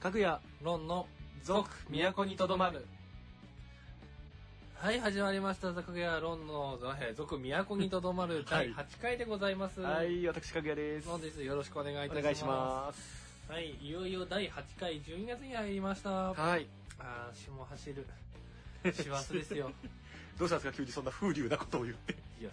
かぐやロンの続、都にとどまる。はい始まりましたかぐやロンのえー続都にとどまるは第い8回でございますはい、私、かぐやです。ロンですよろしくお願いいおたします願いします。はいいよいよ第8回12月に入りましたあはい。ー霜走る師走です よどうしたんですか、急にそんな風流なことを言って。いや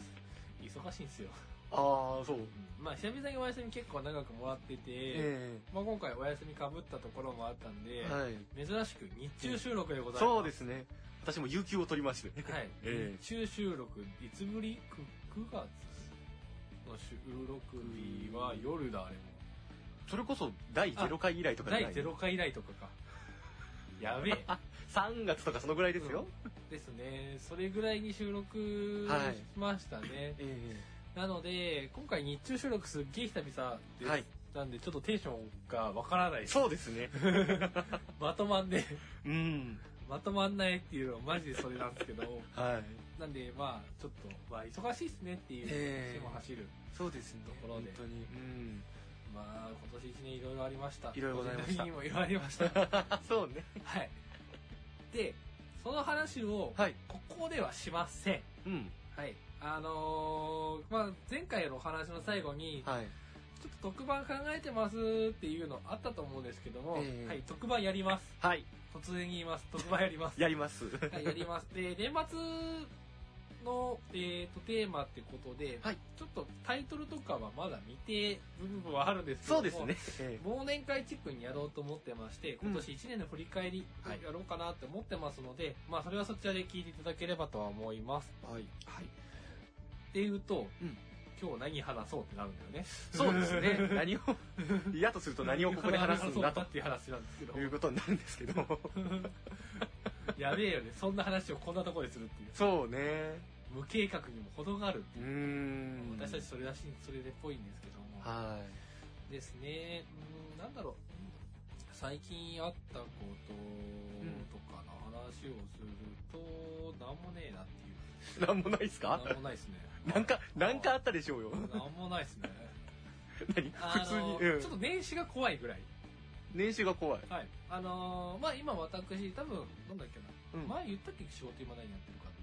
忙しいんですよああ、そう。まあ久々にお休み結構長くもらってて、えまあ、今回お休みかぶったところもあったんえで、はい。珍しく日中収録でございます、そうですね。私も有給を取りまして。はい、ええ日中収録いつぶり 9, 月の収録日は夜だあれもそれこそ、第0回以来とか第0回以来とかかやべえ3月とかそのぐらいですよ。ですねそれぐらいに収録はいしましたね、えなので今回日中収録すっげえ久々です、はいなんでちょっとテンションがわからないえですそうですね。まとまんねうん。 まとまんないっていうのはマジでそれなんですけどはい。なんでまあちょっと、まあ、忙しいっすねっていうええも走る、そうですね。ところで本当に。うん。まあ今年一年いろいろありましたいろいろございまし個人た的にもいろいろありました そうね。はいでその話をはい。ここではしませんうん。はいあのーまあ前回のお話の最後に、はい。ちょっと特番考えてますっていうのあったと思うんですけども、ええはい特番やりますはい。突然言います特番やり ますやります。はい、やります。で、年末の、えー、とテーマってことで、はいちょっとタイトルとかはまだ未定部分はあるんですけどそもう ですね。え忘年会チックにやろうと思ってまして今年1年の振り返りはいやろうかなって思ってますので、まあそれはそちらで聞いていただければとは思います。えはい。はい、っていうと、うん今日何話そうってなるんだよね。 そうですね。 何を、 嫌とすると何をここで話すんだそうっとていう話なんですけど いうことになるんですけ ど。やべえよねそんな話をこんなところでするっていうそうね。無計画にも程があるうーん。私たちそれらしいそれでっぽいんですけども、はですねうんなんだろう最近あったこととかの話をすると、なんもねえなっていうい。なんもないですなんかもないですね なんか、なんかあったでしょうよ。なんもないですね 何あ普通にの。うんちょっと年始が怖いぐらい年収が怖い。はいあのーまあ今私多分なんだっけな、うん前言ったっけ仕事今何やってるかって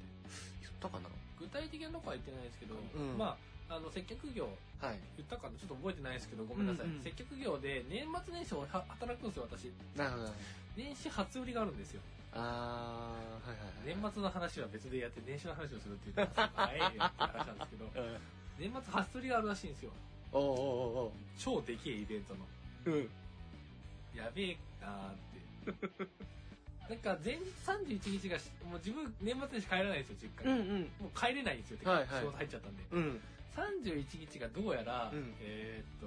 言ったかな具体的なとこは言ってないですけど、うんまああの接客業はい。言ったかなちょっと覚えてないですけどごめんなさい、うんうん接客業で年末年始をは働くんですよ私なるほど。年始初売りがあるんですよあー、はいはいはい。年末の話は別でやって年始の話をするって言ってますはいって話なんですけど うん。年末初売りがあるらしいんですよおうおうおう超でけえイベントのおう。うん。やべえなーってなんか前日31日がしもう自分年末年始帰らないんですよ実家うに、んうん。もう帰れないんですよ、てかはいはい仕事入っちゃったんでうん。 31日がどうやら、うんえーっと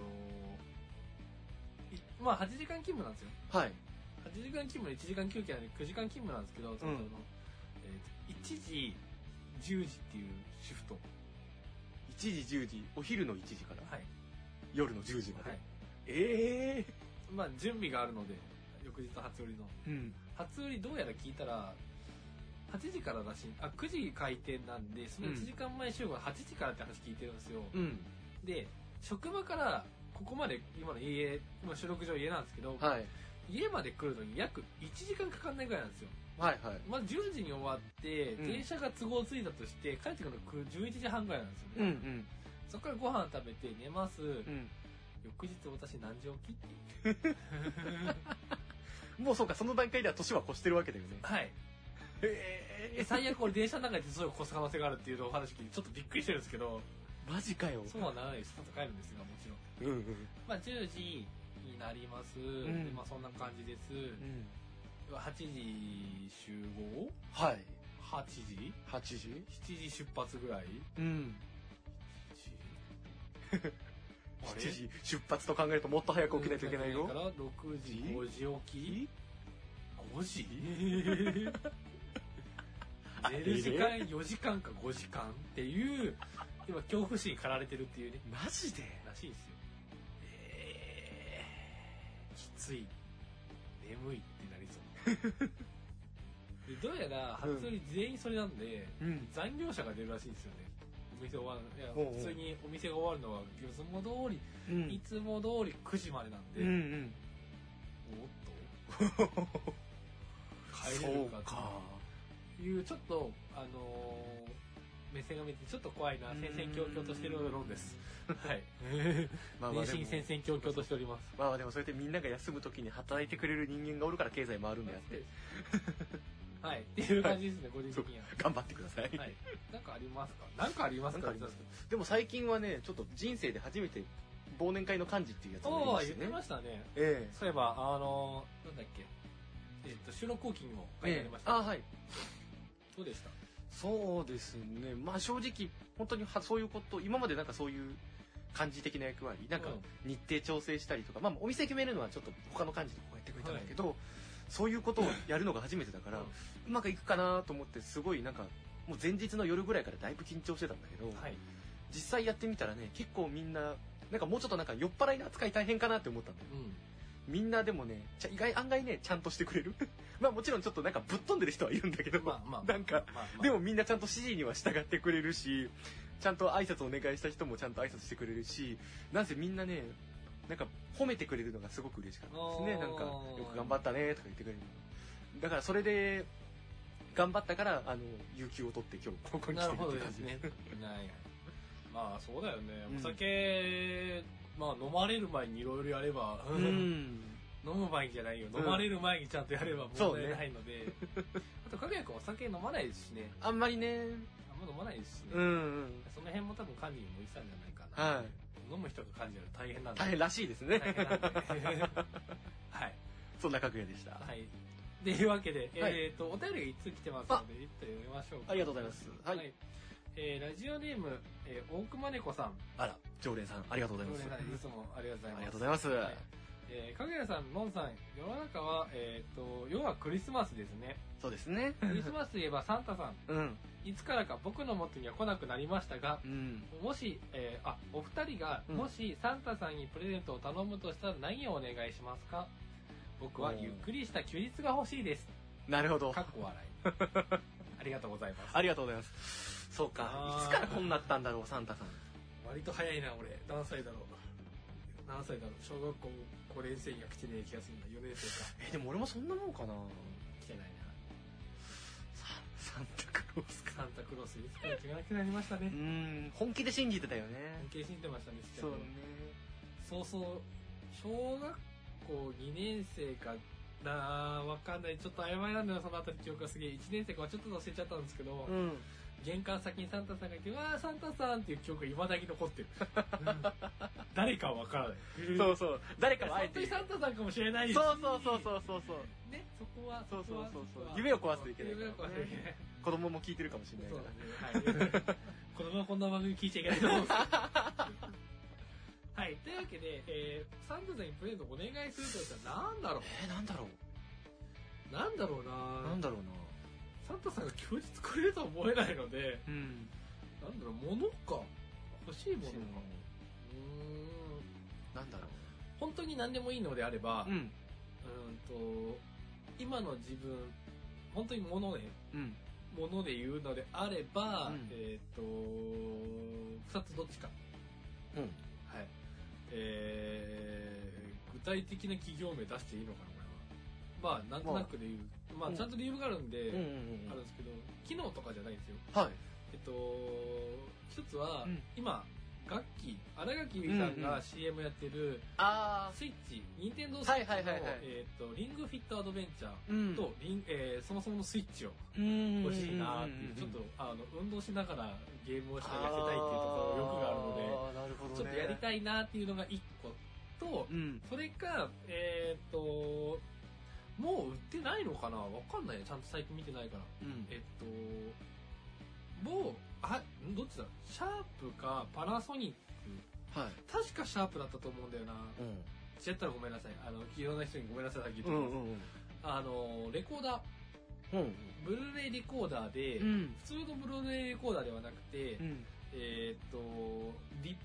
いまあ8時間勤務なんですよはい。 8時間勤務で1時間休憩なんで9時間勤務なんですけど、そのえーと1時10時っていうシフト1時10時、お昼の1時から、はい、夜の10時まで。はい、ええまあ準備があるので翌日初売りのー。うん。初売りどうやら聞いたら8時かららしいあ9時開店なんでその1時間前集合8時からって話聞いてるんですよ、うん。で職場からここまで今の家今収録場家なんですけど、はい。家まで来るのに約1時間かかんないぐらいなんですよはいはい。まず10時に終わって、うん電車が都合ついたとして帰ってくるのく11時半ぐらいなんですよね、んそこからご飯食べて寝ます、うん。翌日私何時起きってうん。もうそうか、その段階では年は越してるわけだよね。 はいええ最悪俺電車の中でそういう越す可能性があるっていうのをお話聞いてちょっとびっくりしてるんですけどマジかよ。そうはならないですちょっと帰るんですがもちろんうんうん。まあ10時になります、んでまあそんな感じです、うん。 8時集合はい。 8時8時 ?7 時出発ぐらいうん。 あれ7時出発と考えるともっと早く起きないといけないだかよ。ら6時え5時起き5時 あ寝る時間4時間か5時間っていう今恐怖心かられてるっていうねマジでらしいですよえー、きつい眠いってなりそうでどうやら初売り全員それなんで、うん。残業者が出るらしいんですよねお店終わるいやおうおう普通にお店が終わるのはいつも通りういん。つも通り9時までなんで、 うんうん。おっと帰れるかそうかというちょっとあのー目線が見てちょっと怖いなうん戦々恐々としてる論 ですはい全まあまあでも身戦々恐々としておりますまあまあでもそうやってみんなが休む時に働いてくれる人間がおるから経済回るんであ って はいっていう感じですね個人的には頑張ってください、はいなんかありますかなんかありますかなんかありますでも最近はねちょっと人生で初めて忘年会の幹事っていうやつがありおまーし言っててねましたねえそういえばあのーなんだっけえっと収録後期にもえ書いてありましたあはいどうでしたそうですねまあ正直本当にはそういうこと今までなんかそういう感じ的な役割なんかうん日程調整したりとか、まあお店決めるのはちょっと他の幹事とかがやってくれたんだけど、そういうことをやるのが初めてだから、ううんまくいくかなと思ってすごいなんかもう前日の夜ぐらいからだいぶ緊張してたんだけど、はい実際やってみたらね結構みんななんかもうちょっとなんか酔っ払いの扱い大変かなって思ったんだようんみんなでもねちゃ意外案外ねちゃんとしてくれる まあもちろんちょっとなんかぶっ飛んでる人はいるんだけど、まあまあなんか、まあまあでもみんなちゃんと指示には従ってくれるしちゃんと挨拶お願いした人もちゃんと挨拶してくれるしなんせみんなねなんか褒めてくれるのがすごく嬉しかったですねあーなんか「よく頑張ったね」とか言ってくれるだからそれで頑張ったからあの有給を取って今日ここに来なてるるほっどてで感すじね。はい。まあそうだよね。うんお酒、まあ飲まれる前にいろいろやれば、うん飲む前にじゃないよ。うん飲まれる前にちゃんとやればそ問うね題ないので。あと、かぐやくんお酒飲まないですしね。あんまりねあんま飲まないですしね。うんうんその辺も多分管理に向いてたんじゃないかな。はい飲む人が管理やる大変なんで。大変らしいですね大変なんで。 はい。そんな格言でしたはい。というわけで、はいえっ、と、お便りが一通来てますので、一通読みましょうか。ありがとうございますはいえーラジオネーム、えー、大熊猫さん。あら常連さんありがとうございます常連さんいつもありがとうございあます。りがとうございますはいえー、かぐやさん、のんさん、世の中は、えっ、と、要はクリスマスです ね。そうですねクリスマスといえばサンタさうんん、いつからか僕の元には来なくなりましたが、うんもし、えーあ、お二人が、うんもしサンタさんにプレゼントを頼むとしたら何をお願いしますか僕はゆっくりした休日が欲しいです。なるほどかっこ笑い。 ありがとうございます。ありがとうございます。そうあか。ーいつからこんなったんだろう、サンタさん。割と早いな、俺。何歳だろう。何歳だろう。小学校5年生には来てねえ気がするんだ。4年生か。え、でも俺もそんなもんかな来てないな。サンタクロースか。サンタクロース、いつから気がなくなりましたうねー。ん、本気で信じてたよね関。係信じてましたね、ちっちゃそいうね頃。そうそう。小学校2年生かなわかんない。ちょっと曖昧なんだよ、そのあたり記憶がすげえ。1年生かはちょっと忘れちゃったんですけど、うん。玄関先にサンタさんがいて、うわー、サンタさんっていう記憶が未だに残って る。誰かはわからない。そうそう。誰か本はあえ当てに。サンタさんかもしれないしそうそうそうそうそうそう。ね、そこは、そうそうこはそうそうこは夢を壊すといけない夢を壊すといけない。子供も聞いてるかもしれないそうから。だね。はい。子供はこんな番組聞いちゃいけないと思うんですけどはい。というわけで、えー、サンタさんにプレゼントお願いするとしたら、なんだろえー、なんだろうなんだろうう。ななんだろうな。サンタさんが休日くれるとは思えないので、うん。なんだろう、物か。欲しいものか。うーん。なんだろ本当に何でもいいのであれば、う。うん。うんと、今の自分、本当に物ね、うん。もので言うのであれば、うんえっ、と、二つどっちか。うん。はい。えー、具体的な企業名出していいのかな、これは。まあ、なんとなくで言う。まあ、うんちゃんと理由があるんで、うんうんあるうんん。ですけど、機能とかじゃないんですよ。はい。えっと、一つは、うん今、楽器、新垣結衣さんうんうがん CM やってる、あスイッチ、任天堂スイはいッチはいのはいはい、えっと、リングフィットアドベンチャーー。うんと、リンえーそもそものスイッチをうん欲しいなーっていう、ちょっと、あの、運動しながらゲームをしたりやってたいっていうところ、欲があるので、で。なるほどね。ちょっとやりたいなっていうのが1個と、うん。それか、えっ、と、もう売ってないのかなわかんないね。ちゃんと最近見てないから。うん。えっと、某、あ、んどっちだシャープかパナソニック。はい。確かシャープだったと思うんだよな。うん。違ったらごめんなさい。あの、いろんな人にごめんなさい、さっき言ってうまんす。うんあの、レコーダー、うん。ブルーレイレコーダーで、うん。普通のブルーレイレコーダーではなくて、うん。えっと、立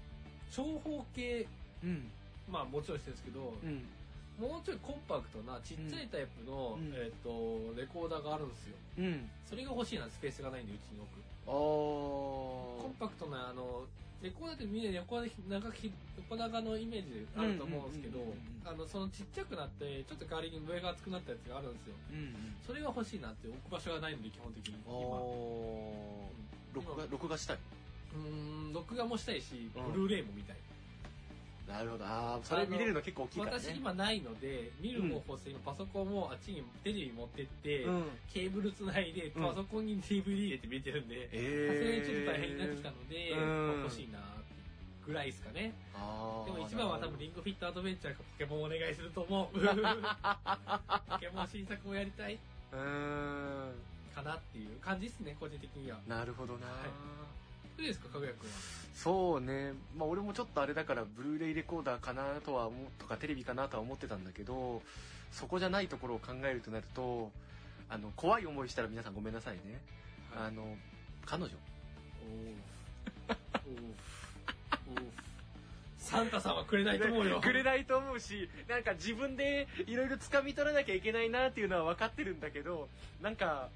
長方形、うん。まあもちろんしてるんですけど、うん。もうちょいコンパクトなちっちゃいタイプの、うんえっ、と、レコーダーがあるんですよ。うん。それが欲しいな、スペースがないんで、うちに置く。あーコンパクトな、あの、猫だってみんな横で長き横長のイメージあると思うんですけどうんうんうんうんうんあのそのちっちゃくなってちょっと代わりに上が厚くなったやつがあるんですようんそれが欲しいなって置く場所がないので基本的に今あー録画録画したいうん録画もしたいしうんブルーレイも見たい、なるほどあーそれ見れるの結構大きいからね私今ないので見る方法性のパソコンもあっちにテレビ持ってって、うんケーブルつないでうんパソコンに DVD 入れて見てるんでさすがにちょっと大変になってきたので、うんまあ欲しいなってぐらいですかねあでーも一番は多分リンゴフィットアドベンチャーかポケモンお願いすると思うポケモン新作をやりたいうーんかなっていう感じですね個人的にはなるほどな、はいどうですかかぐやくんはそうねまあ俺もちょっとあれだからブルーレイレコーダーかなとは思うとかテレビかなとは思ってたんだけどそこじゃないところを考えるとなるとあの怖い思いしたら皆さんごめんなさいね、あの彼女おうおうおうサンタさんはくれないと思う よくれないと思うしなんか自分でいろいろ掴み取らなきゃいけないなっていうのは分かってるんだけどなんか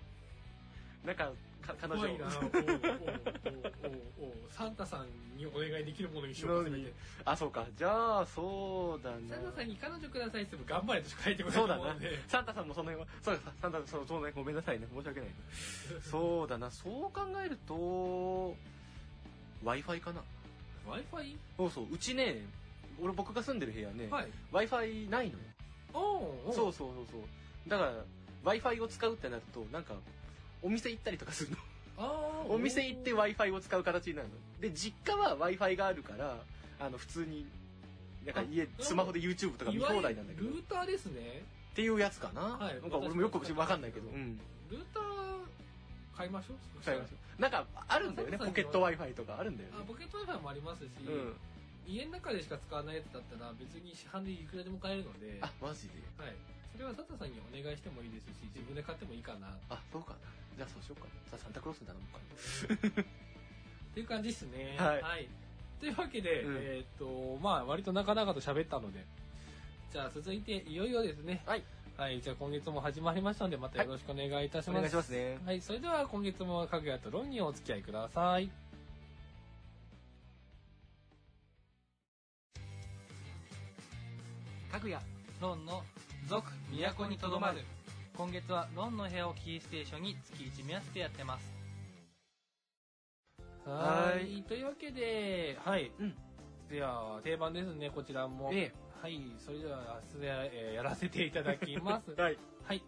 なんかか彼怖女いなおうおうおうおうおうサンタさんにお願いできるものにしようかせめてあそうかじゃあそうだなサンタさんに彼女くださいって言っても頑張れとしか書いてこないそとうだ思うなんでサンタさんもその辺はそうだサンタさんそうそうねごめんなさいね申し訳ないそうだなそう考えると w i f i かな w i f そうそううちね俺僕が住んでる部屋ね i はい w i f i ないのよおうおうそうそうそうそうだから w i f i を使うってなるとなんかお店行ったりとかするのあーお店行って w i f i を使う形になるので実家は w i f i があるからあの普通になんか家あスマホで YouTube とか見放題なんだけいどわゆるっルーターですねていうやつかな,、はいなんか俺もよく分かんないけど、私うもん、ルーター買いましょう使いましょうなんかあるんだよねサポムケサッムト w i f i とかあるんだよねあポケット w i f i もありますし、うん家の中でしか使わないやつだったら別に市販でいくらでも買えるのであマジではい。それはサタさんにお願いしてもいいですし、自分で買ってもいいかな。っあそうかなじゃあそうしようかじゃあサンタクロースに頼もうかていう感じですね。 はいというわけで、うんえーっと、まあ、割となかなかと喋ったので。じゃあ、続いて、いよいよですね。はい。はい。じゃあ、今月も始まりましたので、またよろしくお願いいたします。お願いしますねはい。それでは、今月も、かぐやとロンにお付き合いください。かぐやロンの続都にとどまる今月はロンの部屋をキーステーションに月1目安でやってますははいいというわけで、はい。うんでは、定番ですね、こちらも。えはい。それでは、明日や、えーやらせていただきますえ。 はいはい。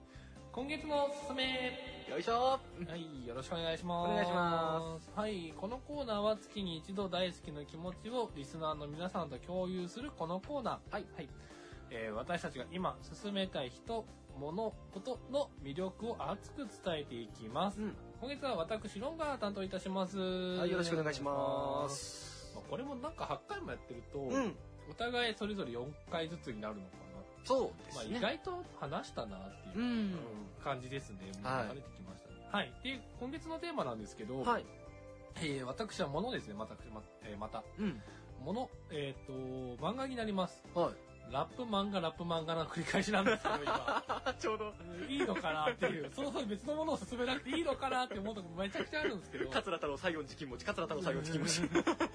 今月のおすすめ。よいしょはい、よろしくお願いします。。お願いしますはい、このコーナーは月に一度大好きな気持ちをリスナーの皆さんと共有するこのコーナー。はい、はい。えー私たちが今進めたい人、物、ことの魅力を熱く伝えていきます。うん今月は私、ロンが担当いたします。ははいよろしくお願いしま。すまあこれもなんか8回もやってると、うんお互いそれぞれ4回ずつになるのかそうでな。まあす意ね外と話したなっていう。うん感じですね。もうはい慣れてきましたね。はい。で、今月のテーマなんですけど、はいえー私は物ですね。また、まえーまた。うん物、えっ、と、漫画になります。はいラップ漫画、ラップ漫画の繰り返しなんですけど、今。 あ ちょうどうんいいのかなっていう、そろそろ別のものを進めなくていいのかなって思うとこめちゃくちゃあるんです けど、っ桂太郎西園寺金持ち桂太郎西園寺金持 ちて経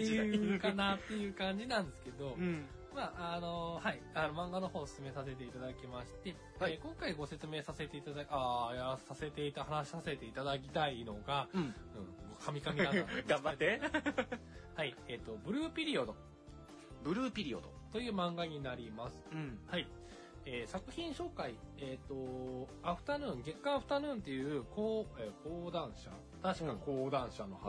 営時代いうかなっていう感じなんですけど、うんまあ、あのはい、あの、漫画の方を進めさせていただきまして、はいえー今回ご説明させていただき、ああ、やらさせていた、話させていただきたいのが、うんうん、カミカミだな。 頑張って。はい、えっ、と、ブルーピリオドブルーピリオドという漫画になります。うんはい。えー作品紹介、えっ、と、アフタヌーン、月刊アフタヌーンっていう、講、えー講談社確か講談社のはず、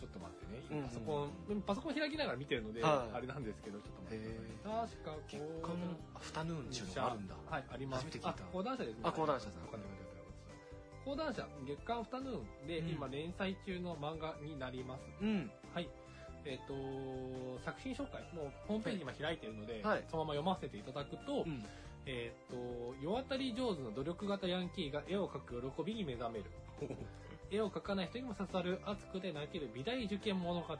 ちょっと待ってね。パソコン、パソコン開きながら見てるので、はいあれなんですけど、ちょっと待ってください。確か結講婚談アフタヌーン中のがあるんだはい、あります。初めて聞いたあ講談社ですね。あ講談社さんわかんないわかんないわかんない講談社、月刊アフタヌーンで、うん今連載中の漫画になります。うんはい。えっ、と、作品紹介、もうホームページ今開いてるので、はいそのまま読ませていただくと、うんえっ、と、世渡り上手の努力型ヤンキーが絵を描く喜びに目覚め る。絵を描かない人にも刺さる熱くて泣ける美大受験物語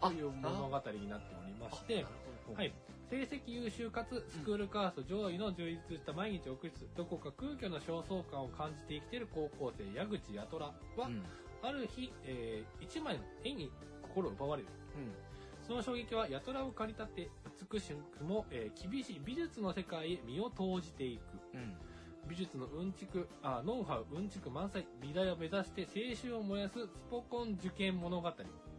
あという物語になっておりまして、はい、成績優秀かつスクールカースト上位の充実した毎日を送りつつどこか空虚な焦燥感を感じて生きている高校生矢口八虎は、うんある日、えー一枚の絵に心を奪われる。うん。その衝撃はやたらを駆り立て、美しくも、えー厳しい美術の世界へ身を投じていく。うん。美術のうんちく、あ、ノウハウうんちく満載、美大を目指して青春を燃やすスポコン受験物語。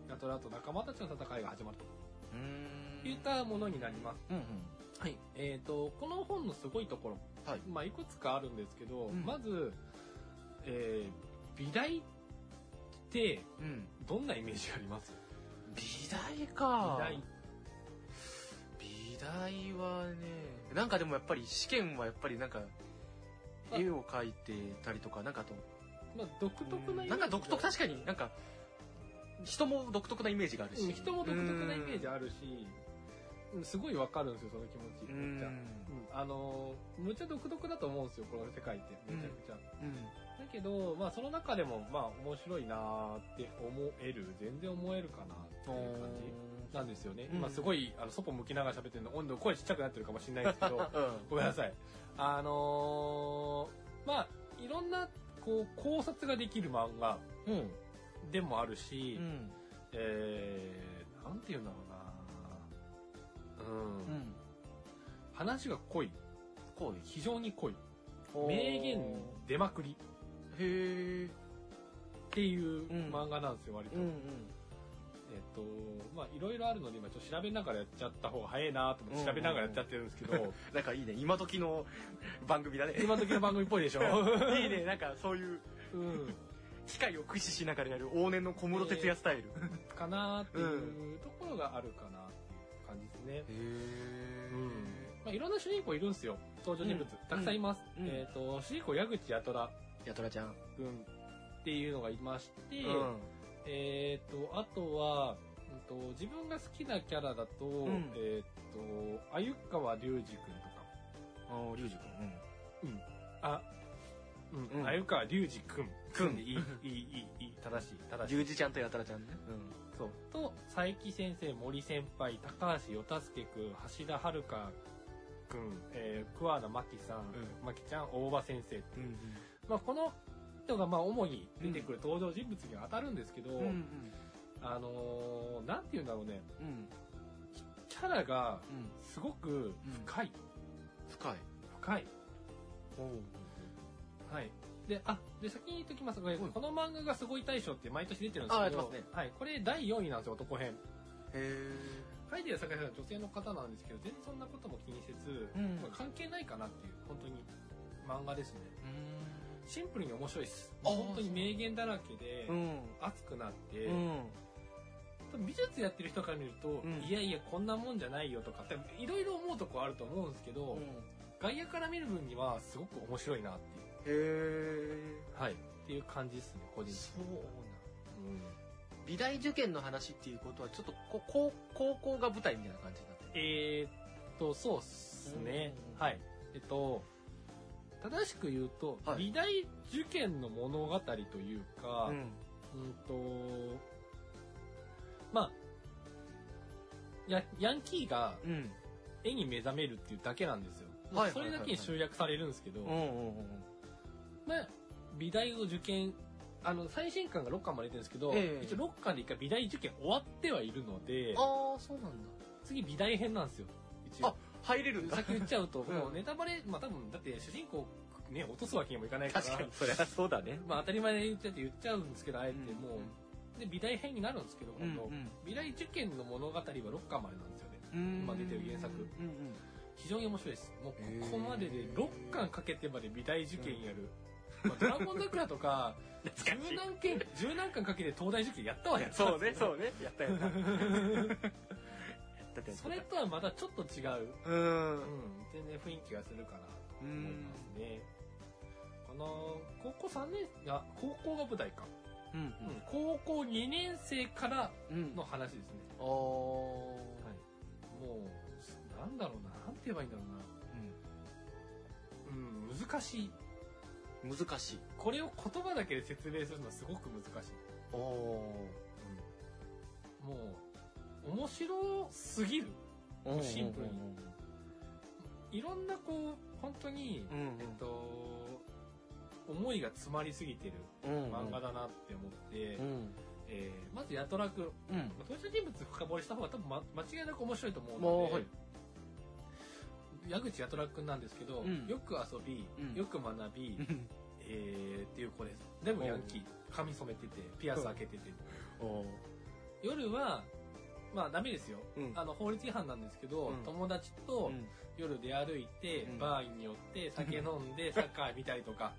ヤトラと仲間たちの戦いが始まるうといん。ったものになります。うんうん。はい。えっ、と、この本のすごいところ、はいまあ、いくつかあるんですけど、うんまず、えー美大って、うん。どんなイメージあります美大か。美大。美大はね、なんかでもやっぱり試験はやっぱりなんか、絵を描いてたりとか、なんかあと、まあ、独特なイメージ。なんか独特、確かになんか、人も独特なイメージがあるうんし。人も独特なイメージあるし、うんすごいわかるんですよ、その気持ち。うめっんちゃ。うんあのーむっちゃ独特だと思うんですよ、この世界って。めちゃくちゃ。うん。だけど、まあ、その中でも、まあ、面白いなーって思える、全然思えるかなっていう感じ。なんですよね。うん今すごい、あの、そっぽ向きながら喋ってるの、温度、声ちっちゃくなってるかもしれないですけど、 ごめんなさい。あのーまあ、いろんな、こう、考察ができる漫画うん。うん。でもあるし、うん。えー、なんて言うんだろうなうん、うん。話が濃い。こう非常に濃い。名言出まくりへえ。っていううん漫画なんですよ、割と。うんうん。えっと、まあ、いろいろあるので、今ちょっと調べながらやっちゃった方が早いなと思って調べながらやっちゃってるんですけど、 なんかいいね。今時の番組だね。今時の番組っぽいでしょ いいね。なんかそういううん。機械を駆使しながらやる往年の小室哲也スタイル。へかなっていうところがあるかなっていう感じですね。えうんまあ、いろんな主人公いるんですよ。登場人物。うんたくさんいます。うんえっ、と、主人公矢口八虎やとらちゃん。くんっていうのがいまして、うんえっ、と、あとは、うんと自分が好きなキャラだと、んえっ、と、鮎川龍二くんとか、ああ、リュウジあ、うん、うん鮎川龍二くん。くんでいい、いい、いい、いい、正しい、正しいリュウジちゃんとやたらちゃんね。そう。と、佐伯先生、森先輩、高橋よたすけくん、橋田遥くん、えー、桑名真紀さん、う真紀ちゃん、大場先生。うん。まあ、この人が、まあ、主に出てくる登場人物には当たるんですけど、うん。うん。あのー、なんて言うんだろうね、うん。キャラがうん。すごく深い、深い。深い。おう。はい。で、あ、で、先に言っときますが、うんこの漫画がすごい大賞って毎年出てるんですあけやってど、ますねはい。これ第4位なんですよ、男編。へえ。書いてる坂井さんは女性の方なんですけど、全然そんなことも気にせず、うんまあ関係ないかなっていう、本当に漫画ですね。シンプルに面白いです。あー本当に名言だらけで、うん。熱くなって、うん。美術やってる人から見ると、うんいやいや、こんなもんじゃないよとかって、いろいろ思うとこあると思うんですけど、外野から見る分にはすごく面白いなっていう、へえ。はい。っていう感じですね、個人的そうに。なん。うん美大受験の話っていうことはちょっとこ高高校が舞台みたいな感じになってるえーっと、そうっすねう。んはい。えっと、正しく言うと、はい美大受験の物語というか、うん、と、まあ、や、ヤンキーがうん絵に目覚めるっていうだけなんですよ。まあはいそれだけに集約されるんですけど、うんうんうんまあ、美大を受験、あの、最新刊が6巻まで出てるんですけど、ええ一応6巻で一回美大受験終わってはいるので、ああそうなんだ次美大編なんですよ。一応。あ入れるん だ先言っちゃうと、うんもうネタバレ、まあ多分、だって主人公ね、落とすわけにもいかないから、そりゃそうだね まあ当たり前で言っちゃって言っちゃうんですけど、あえてもう、うんで、美大編になるんですけど、う今ん度、美大受験の物語は6巻までなんですよね。うん今出てる原作うんうん非常に面白いです。もうへーここまでで6巻かけてまで美大受験やる。まあ、ドラゴン桜とか、十懐かしい何件、十何巻かけて東大受験やったわやったんそうですよねそうねやったやった やったやったそれとはまたちょっと違う。ううんん、全然雰囲気がするかなと思いますね。この、高校3年、あ、高校が舞台か。うんうん高校2年生からうんの話ですね。あはい。ーもう、なんだろうな、なんて言えばいいんだろうな。うん、難しい。うん難しいこれを言葉だけで説明するのはすごく難しい。おおもう、面白すぎる。ーシンプルにいろんなこう、本当に、うんうんえっと、思いが詰まりすぎてるうんうん漫画だなって思って、うんえーまずヤトラクうん。登場人物深掘りした方が多分、ま、間違いなく面白いと思うものう、で、はい。矢口八虎君なんですけど、うんよく遊び、うんよく学び、えーっていう子ですでもヤンキー髪染めててピアス開けてて、おー夜はまあダメですようんあの法律違反なんですけど、うん友達とうん夜出歩いて、うんバーに寄 って酒飲んでサッカー見たりとか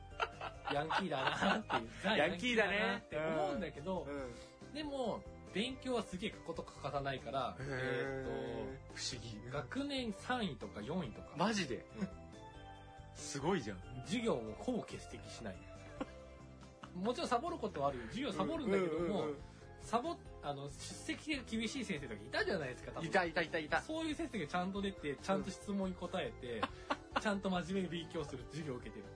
ヤンキーだなっていうザヤンキーだねヤンキーだなって思うんだけど、うんでも勉強はすげえこと欠かさないからへえーっとー不思議。学年3位とか4位とか、マジでうんすごいじゃん。授業をほぼ欠席しないもちろんサボることはあるよ授業サボるんだけども、うんうんサボあの出席が厳しい先生とかいたじゃないですか多う分んいたいたいたいた。そういう先生がちゃんと出てちゃんと質問に答え て、ちゃんと真面目に勉強する授業を受けてる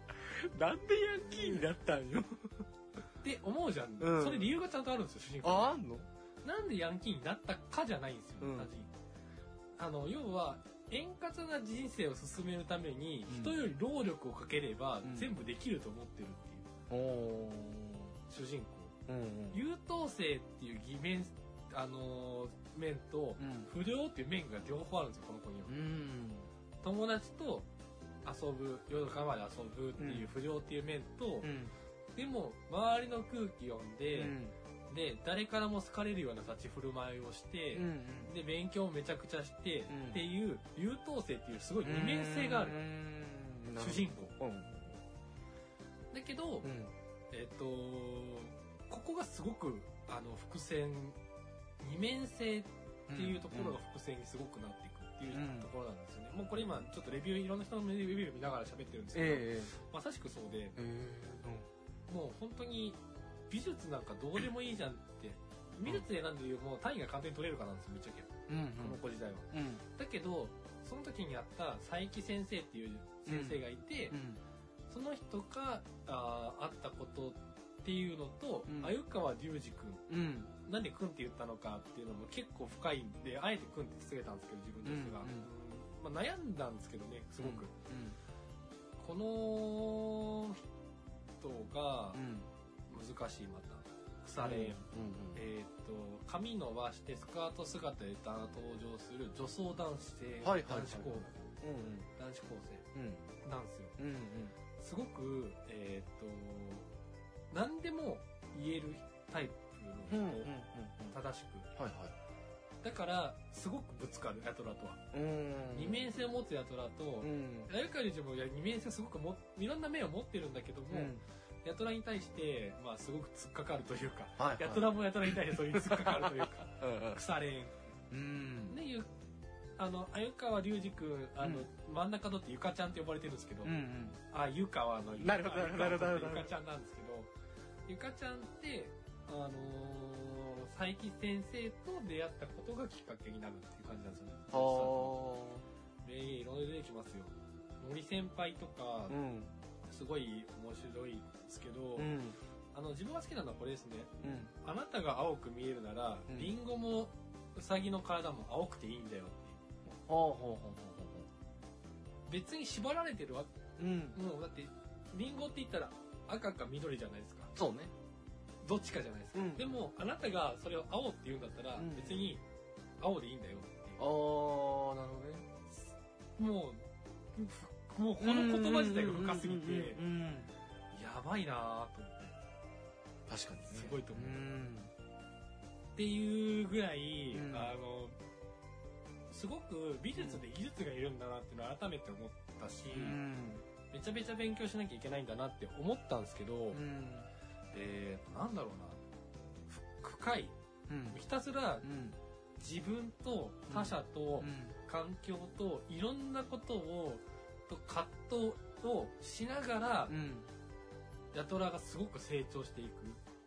なんでヤンキーになったんよ。って思うじゃん、うんそれ理由がちゃんとあるんですよ主人公あ、あんのなんでヤンキーになったかじゃないんですよ、うん単純にあの要は円滑な人生を進めるために、うん人より労力をかければ、うん全部できると思ってるっていうおお。主人公うんうん。優等生っていう偽面、あのー面と、うん。不良っていう面が両方あるんですよ、この子にはう。ん。友達と遊ぶ、夜中まで遊ぶっていう不良っていう面と、うん。でも、周りの空気読んで、で、誰からも好かれるような立ち振る舞いをして、うん。で、勉強をめちゃくちゃして、うんっていう、優等生っていうすごい二面性がある。主人公。公。うん。だけど、うん。えっと、ここがすごく、あの、伏線、二面性っていうところが伏線にすごくなっていくっていうところなんですよね。もうこれ今ちょっとレビュー、いろんな人のレビュー見ながら喋ってるんですけど、えまさしくそうで、え。ええ。もう本当に美術なんかどうでもいいじゃんって、美術選んでるよりも単位が簡単に取れるかなんですよ、ぶっちゃけ。こうん。の子時代は。うん。だけど、その時にあった佐伯先生っていう先生がいて、うん。その人があーあったことっていうのと、うん鮎川隆二君うん。なんで「くん」って言ったのかっていうのも結構深いんであえて「くん」ってつけたんですけど自分ですが、うんうんまあ、悩んだんですけどねすごく、この人がうん。うん。難しいまた腐れ縁、うん。えーっと髪伸ばしてスカート姿で登場する女装男子ではいはいはい男子高う男子高生ん。うん。なんですようん。うん。すごくえーっと何でも言えるタイプうん。のうん。人、正しくはいだからすごくぶつかるヤトラとは、はい。うん。二面性を持つヤトラとうん。鮎川自もいや二面性すごくもいろんな面を持ってるんだけども、うん。ヤトラに対して、まあ、すごく突っかかるというか、はい。ヤトラもヤトラに対してそういう突っかかるという か腐れんうん。ねゆあの鮎川龍二君あの、うん真ん中のってゆかちゃんって呼ばれてるんですけど、うん。あ湯川のなるほどあなるほど湯川なのるほどゆかちゃんなんですけどゆかちゃんってあのー佐伯先生と出会ったことがきっかけになるっていう感じなんですよね。ああ。名言いろいろ出てきますよ。森先輩とかう、ん。すごい面白いですけど、うん。あの、自分が好きなのはこれですね。うん。あなたが青く見えるなら、うんリンゴもウサギの体も青くていいんだよほうほうほうほっていう。別に縛られてるわ。うほう。うん。もうだって、リンゴって言ったら赤か緑じゃないですか。そうね。どっちかじゃないですか。うんでも、あなたがそれを青って言うんだったら、うん別に青でいいんだよっていうああ、なるほどね。もうふ、もうこの言葉自体が深すぎて、うん。やばいなぁと思って。確かに。すごいと思ううん。っていうぐらい、うんあのすごく美術で技術がいるんだなっていうのを改めて思ったし、うん。めちゃめちゃ勉強しなきゃいけないんだなって思ったんですけど、うん。えー、なんだろうなふ深いうん。ひたすらうん。自分と他者とうん。環境といろんなことをと葛藤をしながら、うん。ヤトラがすごく成長してい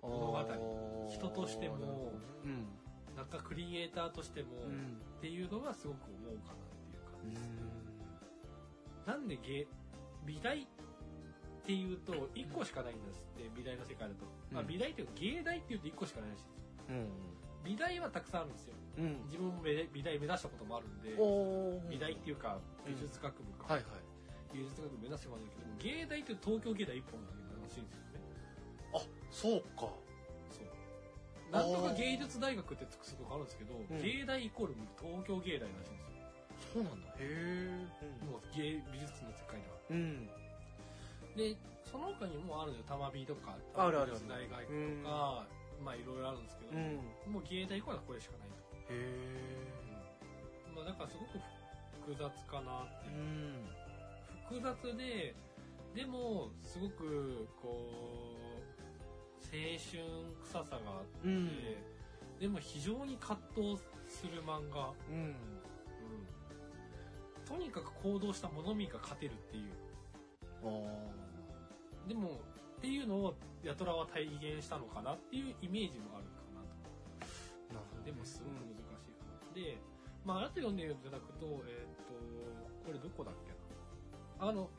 物語人としてもうん。く中クリエイターとしても、うっん。ていうのがすごく思うかなっていう感じです。なんで芸、美大っていうと1個しかないんですって、美大の世界だと。まあ、うん美大っていうか芸大っていうと1個しかないらしいです。うん。美大はたくさんあるんですよ。うん。自分も美美大目指したこともあるんで、お美大っていうかうん美術学部か、はいはい。美術学部目指してもあるんだけど、芸大っていう東京芸大一本だけどらしいんですよね。あ、そうか。そう。なんとか芸術大学ってつくすとこあるんですけど、ん芸大イコール東京芸大らしいんですよ。そうなんだ。へえ。もう芸美術の世界では。うん。うん。で、その他にもあるんですよ。玉美とか、あるあるある美術大学とか、まあいろいろあるんですけど、うん。へもう芸大イコールはこれしかないと。え。まあだからすごく複雑かなってう。いうん複雑で、でも、すごく、こう、青春臭さがあって、うん。でも非常に葛藤する漫画。うん。とにかく行動した者みが勝てるっていう。あでも、っていうのをヤトラは体現したのかなっていうイメージもあるかなあ。なるほと。ど。でも、すごく難しいかな。で、まあ、あと読んでいただくと、えっ、と、これどこだっけな。あの、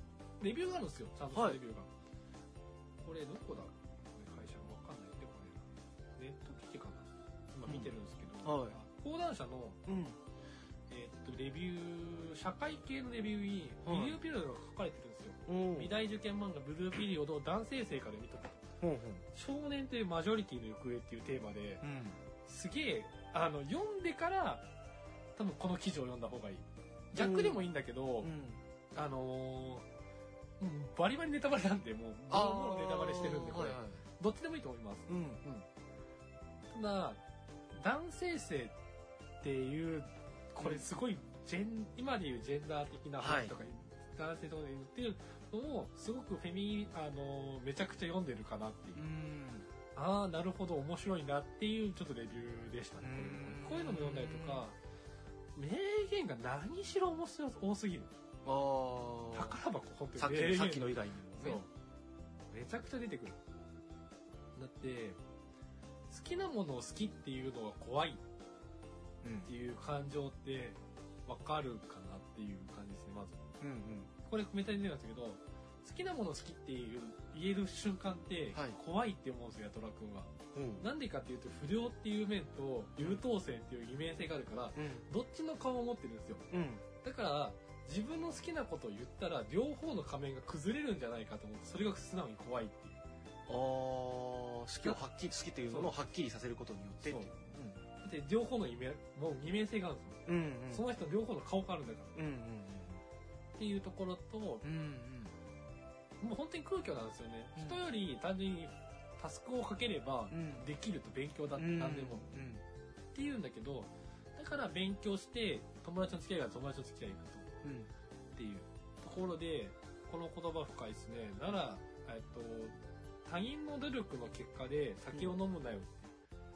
レビューがあるんですよ。ちゃんとしたはいレビューが。これどこだこれ会社もわかんないんで、これ。ネット記事かな。今見てるんですけど、うんはい講談社の、うん。えっと、レビュー、社会系のレビューに、はいビリューピリオドが書かれてるんですよ。うん。美大受験漫画ブルーピリオドを男性性から見とく。うん。少年というマジョリティの行方っていうテーマでう、ん。すげえ、あの、読んでから、多分この記事を読んだ方がいい。逆でもいいんだけど、うん。あのーうんバリバリネタバレなんで、もう、ボロボロネタバレしてるんで、これはい。はいどっちでもいいと思います。うん。ただ、男性性っていう、これすごい、ジェン、今でいうジェンダー的な話とか、男性とかで言ってるのを、すごくフェミ、あのーめちゃくちゃ読んでるかなっていう。うん。ああ、なるほど、面白いなっていうちょっとレビューでしたね。これうこういんうのも読んだりとか、名言が何しろ面白多すぎる。ああ。宝箱本当さっに名きの、言さっきの以外にそうも。。めちゃくちゃ出てくる。だって、好きなものを好きっていうのが怖いっうんていう感情ってわかるかなっていう感じですね、まず。うんうん。これメタに出てますけど、好きなものを好きっていう言える瞬間ってはい怖いって思うんですよ、ヤトラ君は。うん。なんでかっていうと、不良っていう面と、優等生っていう偽名性があるから、どっちの顔を持ってるんですよ。うん。うん。だから、自分の好きなことを言ったら、両方の仮面が崩れるんじゃないかと思って、それが素直に怖いっていう。ああ、好きをはっきり、好きというものをはっきりさせることによってっていう。だって、両方の偽名、もう偽名性があるんですよ。うん。うんうんその人両方の顔があるんだから。うんうんっていうところと、もうん。うんう本当に空虚なんですよね。うん人より単純にタスクをかければう、ん。できると勉強だってうん何でも。っていうんだけど、だから勉強して、友達の付き合いが友達の付き合いに行くと。うん。うん。っていうところでこの言葉深いですねなら、えっと、他人の努力の結果で酒を飲むなよ、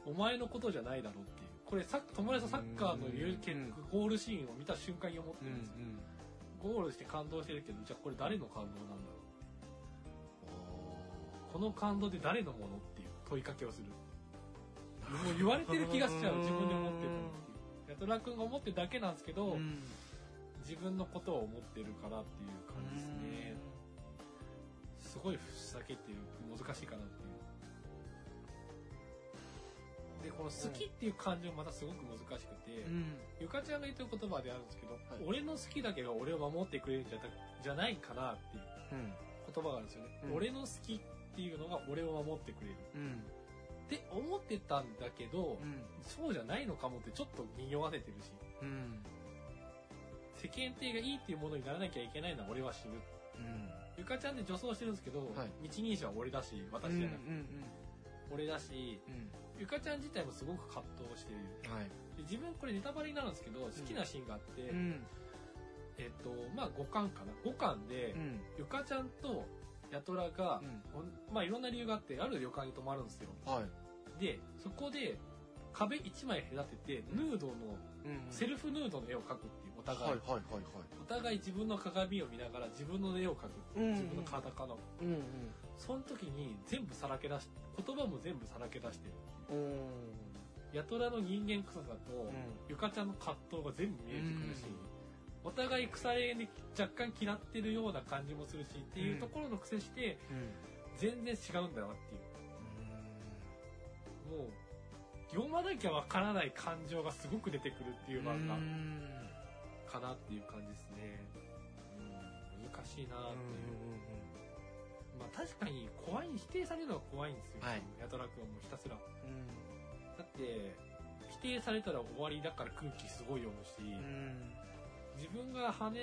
お前のことじゃないだろうっていうこれさ友達とサッカーのうん結構ゴールシーンを見た瞬間に思ってうん。うるんですよ、ん。ゴールして感動してるけどじゃあこれ誰の感動なんだろうこの感動で誰のものっていう問いかけをするもう言われてる気がしちゃ う自分で思ってるのっていうヤトラ君が思ってるだけなんですけど、うん。自分のことを思ってるからっていう感じですね、すごいふざけてる難しいかなっていうでこの「好き」っていう感情またすごく難しくて、うん。ゆかちゃんが言ってる言葉であるんですけど、い俺の好きだけが俺を守ってくれるんじゃなじゃないかなっていううん。言葉があるんですよね、うん俺の好きっていうのが俺を守ってくれるうん。って思ってたんだけど、うん。そうじゃないのかもってちょっと匂わせてるしうん。世間体がいいっていうものにならなきゃいけないのは俺は死ぬうん。ゆかちゃんで女装してるんですけど、はい一人者は俺だし私じゃなくて、俺だしうん。ゆかちゃん自体もすごく葛藤している。うん。はい。で自分これネタバレになるんですけど、好きなシーンがあって、ん。えっと、まあ5巻かな。5巻でう、ん。ゆかちゃんとヤトラが、おまあいろんな理由があって、ある旅館に泊まるんですよ。はい。で、そこで壁1枚隔てて、うヌんードの、うんセルフヌードの絵を描くっていう、おはい互い。はいはいはお互い自分の鏡を見ながら自分の絵を描く。い。うん自分の体かな。うんうん。その時に全部さらけ出し、言葉も全部さらけ出してる。うん。ヤトラの人間臭さと、ゆかちゃんの葛藤が全部見えてくるし、お互い腐れ縁で若干嫌ってるような感じもするしっていうところの癖して、うん。全然違うんだなっていう。もう、読まなきゃわからない感情がすごく出てくるっていう漫画うん。かなっていう感じですね。うん、難しいなっていう。まあ確かに怖い、否定されるのは怖いんですよ。はいヤトラ君はもうひたすら。うん。って否定されたら終わりだから空気すごい読むし、うん自分が羽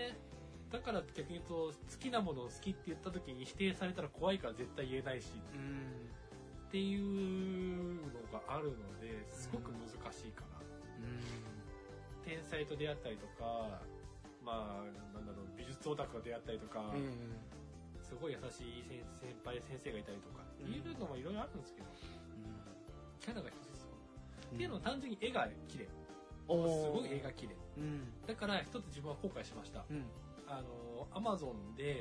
だから逆に言うと好きなものを好きって言った時に否定されたら怖いから絶対言えないしうんっていうのがあるのですごく難しいかな。天才と出会ったりとか、まあ、なんだろう、美術オタクと出会ったりとか、うんすごい優しい先先輩、先生がいたりとか、うんいるのもいろいろあるんですけど、キャラが一つうんっていうのは単純に絵が綺麗。おーすごい絵が綺麗。うんだから一つ自分は後悔しました。うんあの、アマゾンで、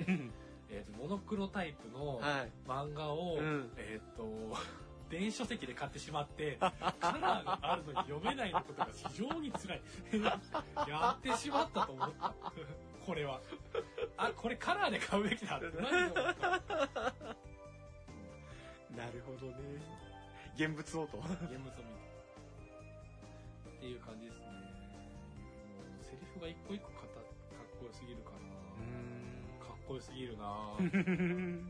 えっと、モノクロタイプのはい漫画を、うんえっと、 電子書籍で買ってしま って、カラーがあるのに読めないのことが非常に辛い。 やってしまったと思った。 これは。あ、これカラーで買うべきだって何 で思ったなるほどね現物をと現物を見て。っていう感じですね。もうセリフが一個一個かたかっこよすぎるかな。かっこよすぎる なうん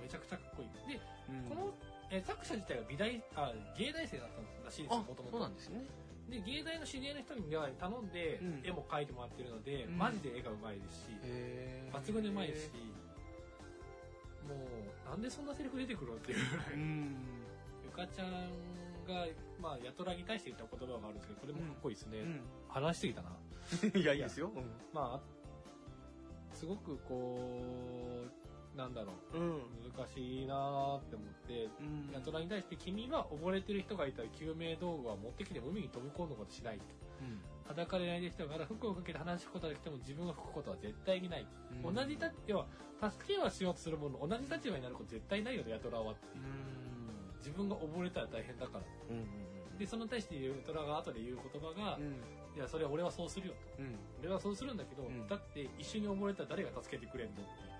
めちゃくちゃかっこいい。で、この、えー作者自体が美大、あ、芸大生だったんですらしいですよ、あもともそうなとん。ですねで、芸大の知り合いの人に頼んでうん、絵も描いてもらってるので、うんマジで絵がうまいですし、へー抜群にうまいし、もう、なんでそんなセリフ出てくるのっていう ぐらうい。んゆかちゃんが、まあ、やとらに対して言った言葉があるんですけど、これもかっこいいですね。う話してきたな。んいやいいですよまあ、すごくこう、なんだろうんうんう、難しいなーって思って、うんヤトラに対して君は溺れてる人がいたら救命道具は持ってきても海に飛び込むことしないと。裸で泣いてる人から服をかけて話すことができても自分が吹くことは絶対にない。うん同じ立要は、助けはしようとするものの同じ立場になること絶対ないよね、ヤトラは。うん自分が溺れたら大変だから。うんで、その対してヤトラが後で言う言葉が、うんいや、それは俺はそうするよと。うん俺はそうするんだけど、うんだって一緒に溺れたら誰が助けてくれんのって。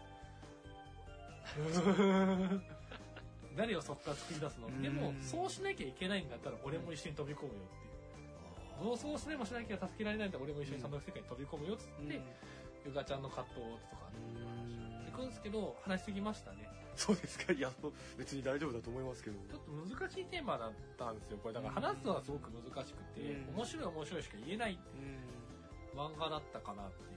誰をそこから作り出すのでもう、んそうしなきゃいけないんだったら俺も一緒に飛び込むよっていう。どうそうしないもしなきゃ助けられないんだったら俺も一緒に三の世界に飛び込むよっつうんって、ゆかちゃんの葛藤とか。うんで、くんですけど、話しすぎましたね。そうですかいやそう別に大丈夫だと思いますけどちょっと難しいテーマだったんですよ、これ。だから話すのはすごく難しくて、うん面白い面白いしか言えないうん漫画だったかなっていう。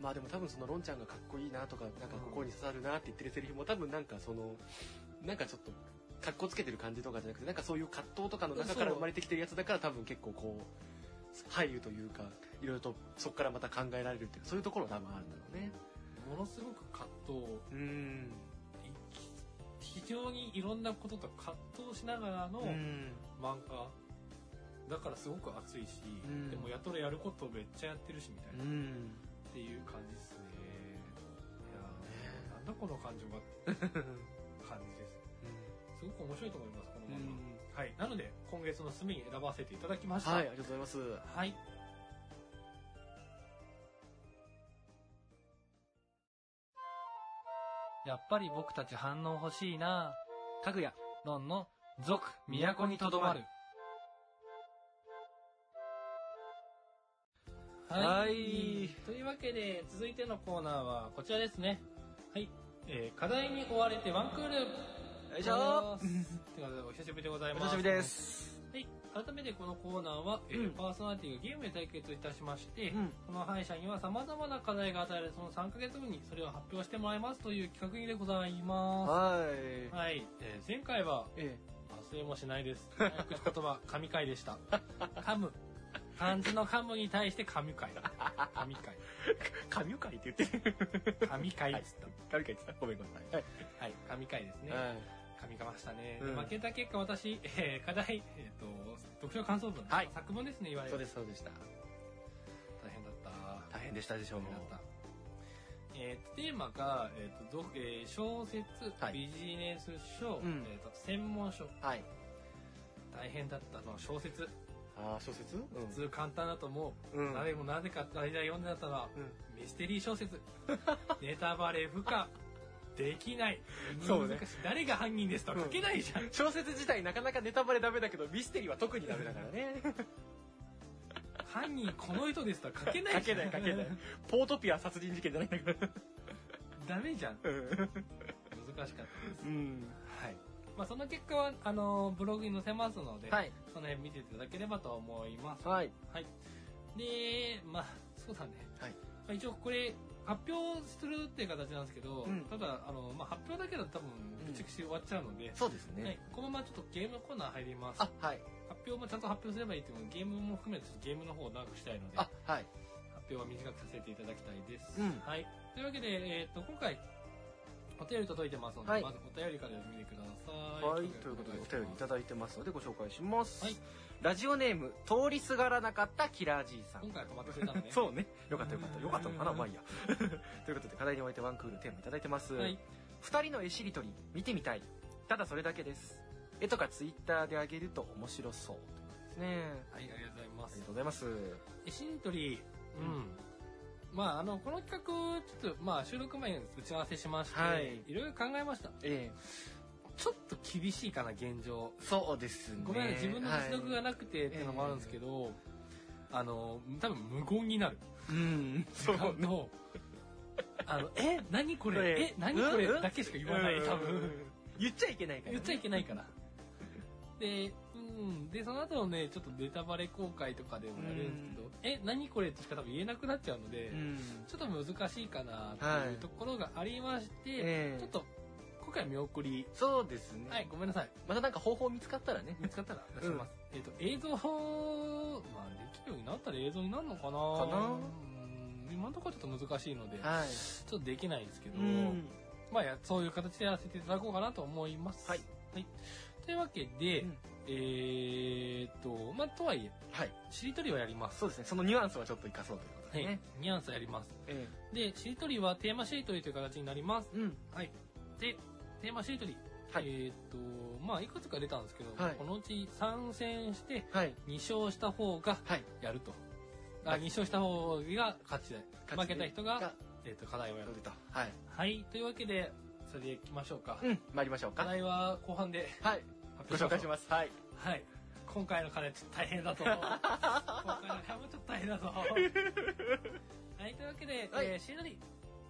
まあでも多分そのロンちゃんがかっこいいなとか、なんか心に刺さるなって言ってるセリフも多分なんかその、なんかちょっと、かっこつけてる感じとかじゃなくて、なんかそういう葛藤とかの中から生まれてきてるやつだから多分結構こう、配慮というか、いろいろとそこからまた考えられるっていうか、そういうところが多分あるんだろうね。ものすごく葛藤、うん。非常にいろんなことと葛藤しながらのうん。漫画だからすごく熱いし、うんでもやっとるやることめっちゃやってるしみたいな、うっん。ていう感じですねいやーなんだこの感情がって感じですすごく面白いと思いますこの漫画、はいなので今月の隅に選ばせていただきましたはい、ありがとうございます。はいやっぱり僕たち反応欲しいなかぐや、ロンの、族、都にとどまる。ははいい。というわけで、続いてのコーナーはこちらですね。はい。えー課題に追われてワンクール。よよいし ょということで、お久しぶりでございおます。楽しみで。す。はい。改めてこのコーナーは、えーうんパーソナリティがゲームで対決いたしまして、うん。この敗者には様々な課題が与えられ、その3ヶ月後にそれを発表してもらいますという企画でございまはいす。。はい。えー前回は、え忘れもしないです。早口言 葉、神回でした。噛む。漢字の噛むに対して神回。神回。え、神回って言って。神回っつっ神回って言った。ごめんごめんなさい。た。はい、神回ですね。はい。神かましたね。うん負けた結果、私、えー課題、えっ、と、読書感想文、はい作文ですね、言われそうる。です、そうでした。大変だった。大変でしたでしょう大変だった。えーと、テーマが、えっ、と、どえー小説、はいビジネス書、うんえっ、と、専門書。はい。大変だったのは小説。ああ、小説普通簡単だと思うう。ん。誰もなぜか大体読んでたら、うん。ミステリー小 説。ネタバレ不可。できない。そうね難しい誰が犯人ですとは書けないじゃん。小説自体なかなかネタバレダメだけど、ミステリーは特にダメだからね。犯人この人ですとは書けない書じけゃんない書けない。ポートピア殺人事件じゃないんだから。 ダメじゃんうん。難しかったですうん。はいまあ、その結果は、あのブログに載せますので、はい。その辺見ていただければと思います。はい。はい。で、まあ、そうだね。はいまあ、一応これ、発表するっていう形なんですけど、うんただ、あの、まあ、発表だけだと多分、ぶちくち終わっちゃうので、そうですね。はい、このままちょっとゲームコーナー入ります。あ、はい。発表もちゃんと発表すればいいっていうのゲームも含めてちょっとゲームの方を長くしたいので、あ発、はい。表は短くさせていただきたいです。うんはい。というわけで、えっ、と、今回、お便り届いてますので、はいまずお便りから読んでください。はい。ということで、お便りいただだいてますので、ご紹介します。はいラジオネーム、通りすがらなかったキラーじいさん今。回はまってくれたのね。そうね。よかったよかった。よかったのかなまあいいや。 ということで、課題においてワンクールテーマいただいてます。はい。二人の絵しりとり、見てみたい。ただそれだけです。絵とかツイッターであげると面白そう。ですね。はい、ありがとうございまあすりが。とうございます。えしんとり、うん。まあ、あの、この企画、ちょっと、まあ、収録前に打ち合わせしまして、はいい、ろいろ考えました。えちょっと厳しいかな、現状。えそうですね。ごめん、自分の実力がはいなくてっていうのもあるんですけど、あの、多分無言になる。うん。そうあの、あの、え、何こえれええ、何これうんうんだけしか言わない、多うん分。言っちゃいけないから、言っちゃいけないから。で、うん。で、その後のね、ちょっとネタバレ公開とかでもやるんですけど、え、何これってしか多分言えなくなっちゃうので、うん。ちょっと難しいかなっていうところがありまして、ええちょっと今回は見送り。そうですね。はい、ごめんなさい。またなんか方法見つかったらね。見つかったら出します。えっ、と、映像、まあ、できるようになったら映像になるのかなかなうん今のところちょっと難しいので、ちょはい。っとできないんですけど、うん。まあや、そういう形でやらせていただこうかなと思います。はい。というわけで、うんえーっと、まあ、とはいえ、はい。しりとりはやります。そうですね。そのニュアンスはちょっと生かそうということはでい、すね。ニュアンスやります。えで、しりとりはテーマしりとりという形になります。えうん。はい。で、テーマしりとり。はいえーっと、まあ、いくつか出たんですけど、はいこのうち参戦してはい。 2勝した方がはい。やると。あ、2勝した方が勝ちで。負けた人がが、えーっと、課題をやる出。た。はい。はい。というわけで、それで行きましょうか。うん。参りましょう課か。題は後半ではい。発表しまごしょ紹う。介します。はい。はい。今回の金ちょっと大変だぞ。今回の金もちょっと大変だぞ。はい、というわけで、はいえー、しりとり。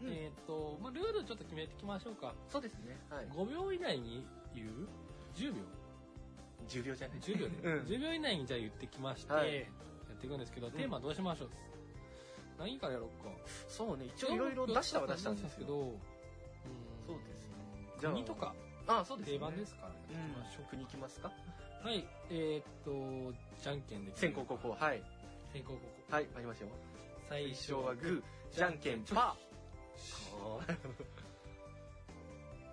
うんえーっと、まあ、ルールちょっと決めていきましょうか。そうですね。はい。 5秒以内に言う ?10 秒10秒じゃない。 ?10 秒で、うん10秒以内にじゃあ言ってきまして、はいやっていくんですけど、テーマどうしましょう、何からやろうか。そうね。一応いろいろ出したは出したんですけど。ど。うんそうですねじゃあ国とかああ、そうですね。定番ですからね。う行きんましょ。食に行きますかうはい、えーっと、じゃんけんで。先攻後攻。はい。先行後攻。はい。参りましょう。最一勝はグー、じゃんけんパー。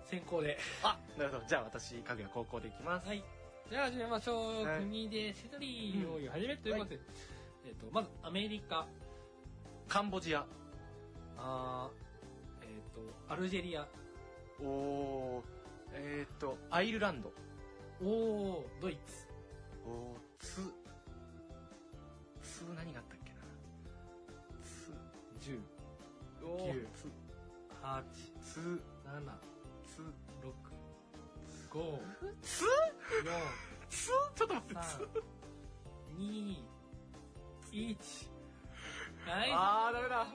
先行で。あ、なるほど。じゃあ私、かぐや高校で行きます。はい。じゃあ始めましょう。はい国でしどり用意を始めるということで、えっと、まずアメリカ、カンボジア。あーえっと、アルジェリア、おー。えーっと、アイルランド。おー、ドイツ、おー、つ、つ、何があったっけな。つ、 10、おー九つ、 8、7、つ、つ、 6、5、つ、 4、つちょっと待って、つ。 3、2、1。はい。あーダメだ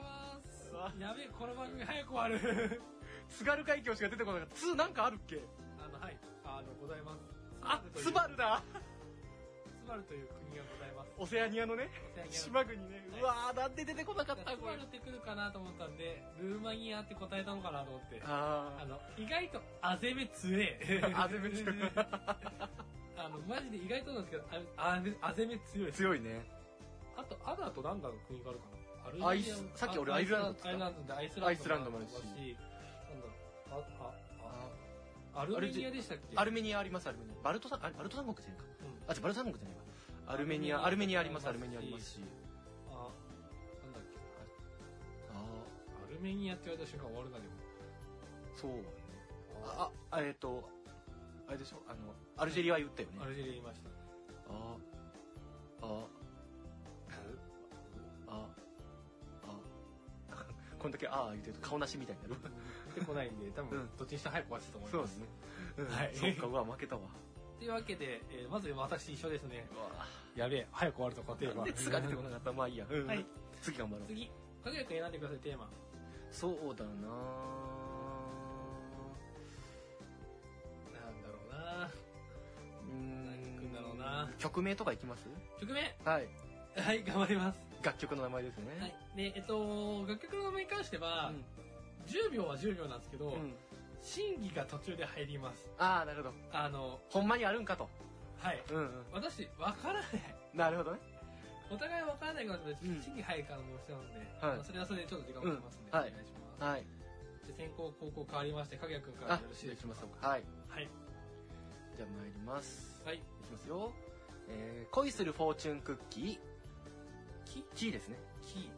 うわだ。やべえ、この番組早く終わる。 津軽海峡しか出てこなかった。つ、なんかあるっけあの、はい。あの、ございます。あ、ススババルルだというスバルという国がございます。オセアニアのね、島国ね。うわー、なんで出てこなかっスた、こバれル。ってくるかなと思ったんで、ルーマニアって答えたのかなと思って。ああの、意外と、アゼベ強え。 ー。あぜめ強い。あの、マジで意外となんですけど、あアゼアゼベ強いです。強いね。あと、アダとランダの国があるかなアイスさっき俺アイルランドってアイ言っルラたンドでアイスランドアイスランドもあるしだしなんだろう、あ、あ、あ、アルメニアでしたっけアルメニアあります、アルメニア。バルトさん、あれバルト三国じゃねえか。うんあ、じゃバルト三国じゃねえわ。アルメニア、アアルルメメニニアアあります、アルメニアありもありまますすしし。あ、なんだっけあアルメニアって言われた瞬間終わるな、でも。ーそうね。あ、ああ、えっと、あれでしょあの、アルジェリアは言ったよね。アルジェリアいま した。ああああ あこんだけああ言ってると顔なしみたいになる出てこないんで、多う分ん、どっちにしても早く終わってたと思いそうま。ですすね、うん、はいそうかうわ負けたわというわけで、えーまず私一緒ですね。やべえ、早く終わるとこのテーマ。なんでつが出てこなかったまあいいや、うんはい次頑張ろう次、かぐやくん選んでください、テーマ。そうだななんだろうな曲名とかいきます曲名はい。はい、頑張ります。楽曲の名前ですね。はい。で、えっと、楽曲の名前に関しては、10秒は10秒なんですけど、うん。うん。審議が途中で入ります。ああ、なるほど。あの、ほんまにあるんかと。はい。うんうん。私、わからない。なるほどね。お互いわからないから、ん審議入る可能性なので、はいまあそれはそれでちょっと時間をかけますので、うんはいお願いします。はい。で先行後攻変わりまして、影谷くんからあよろ、しい失で礼ししょうまかしょうか。はい。はい。じゃあ参ります。はい。いきますよ。えー、恋するフォーチュンクッキー。キキーですね。キ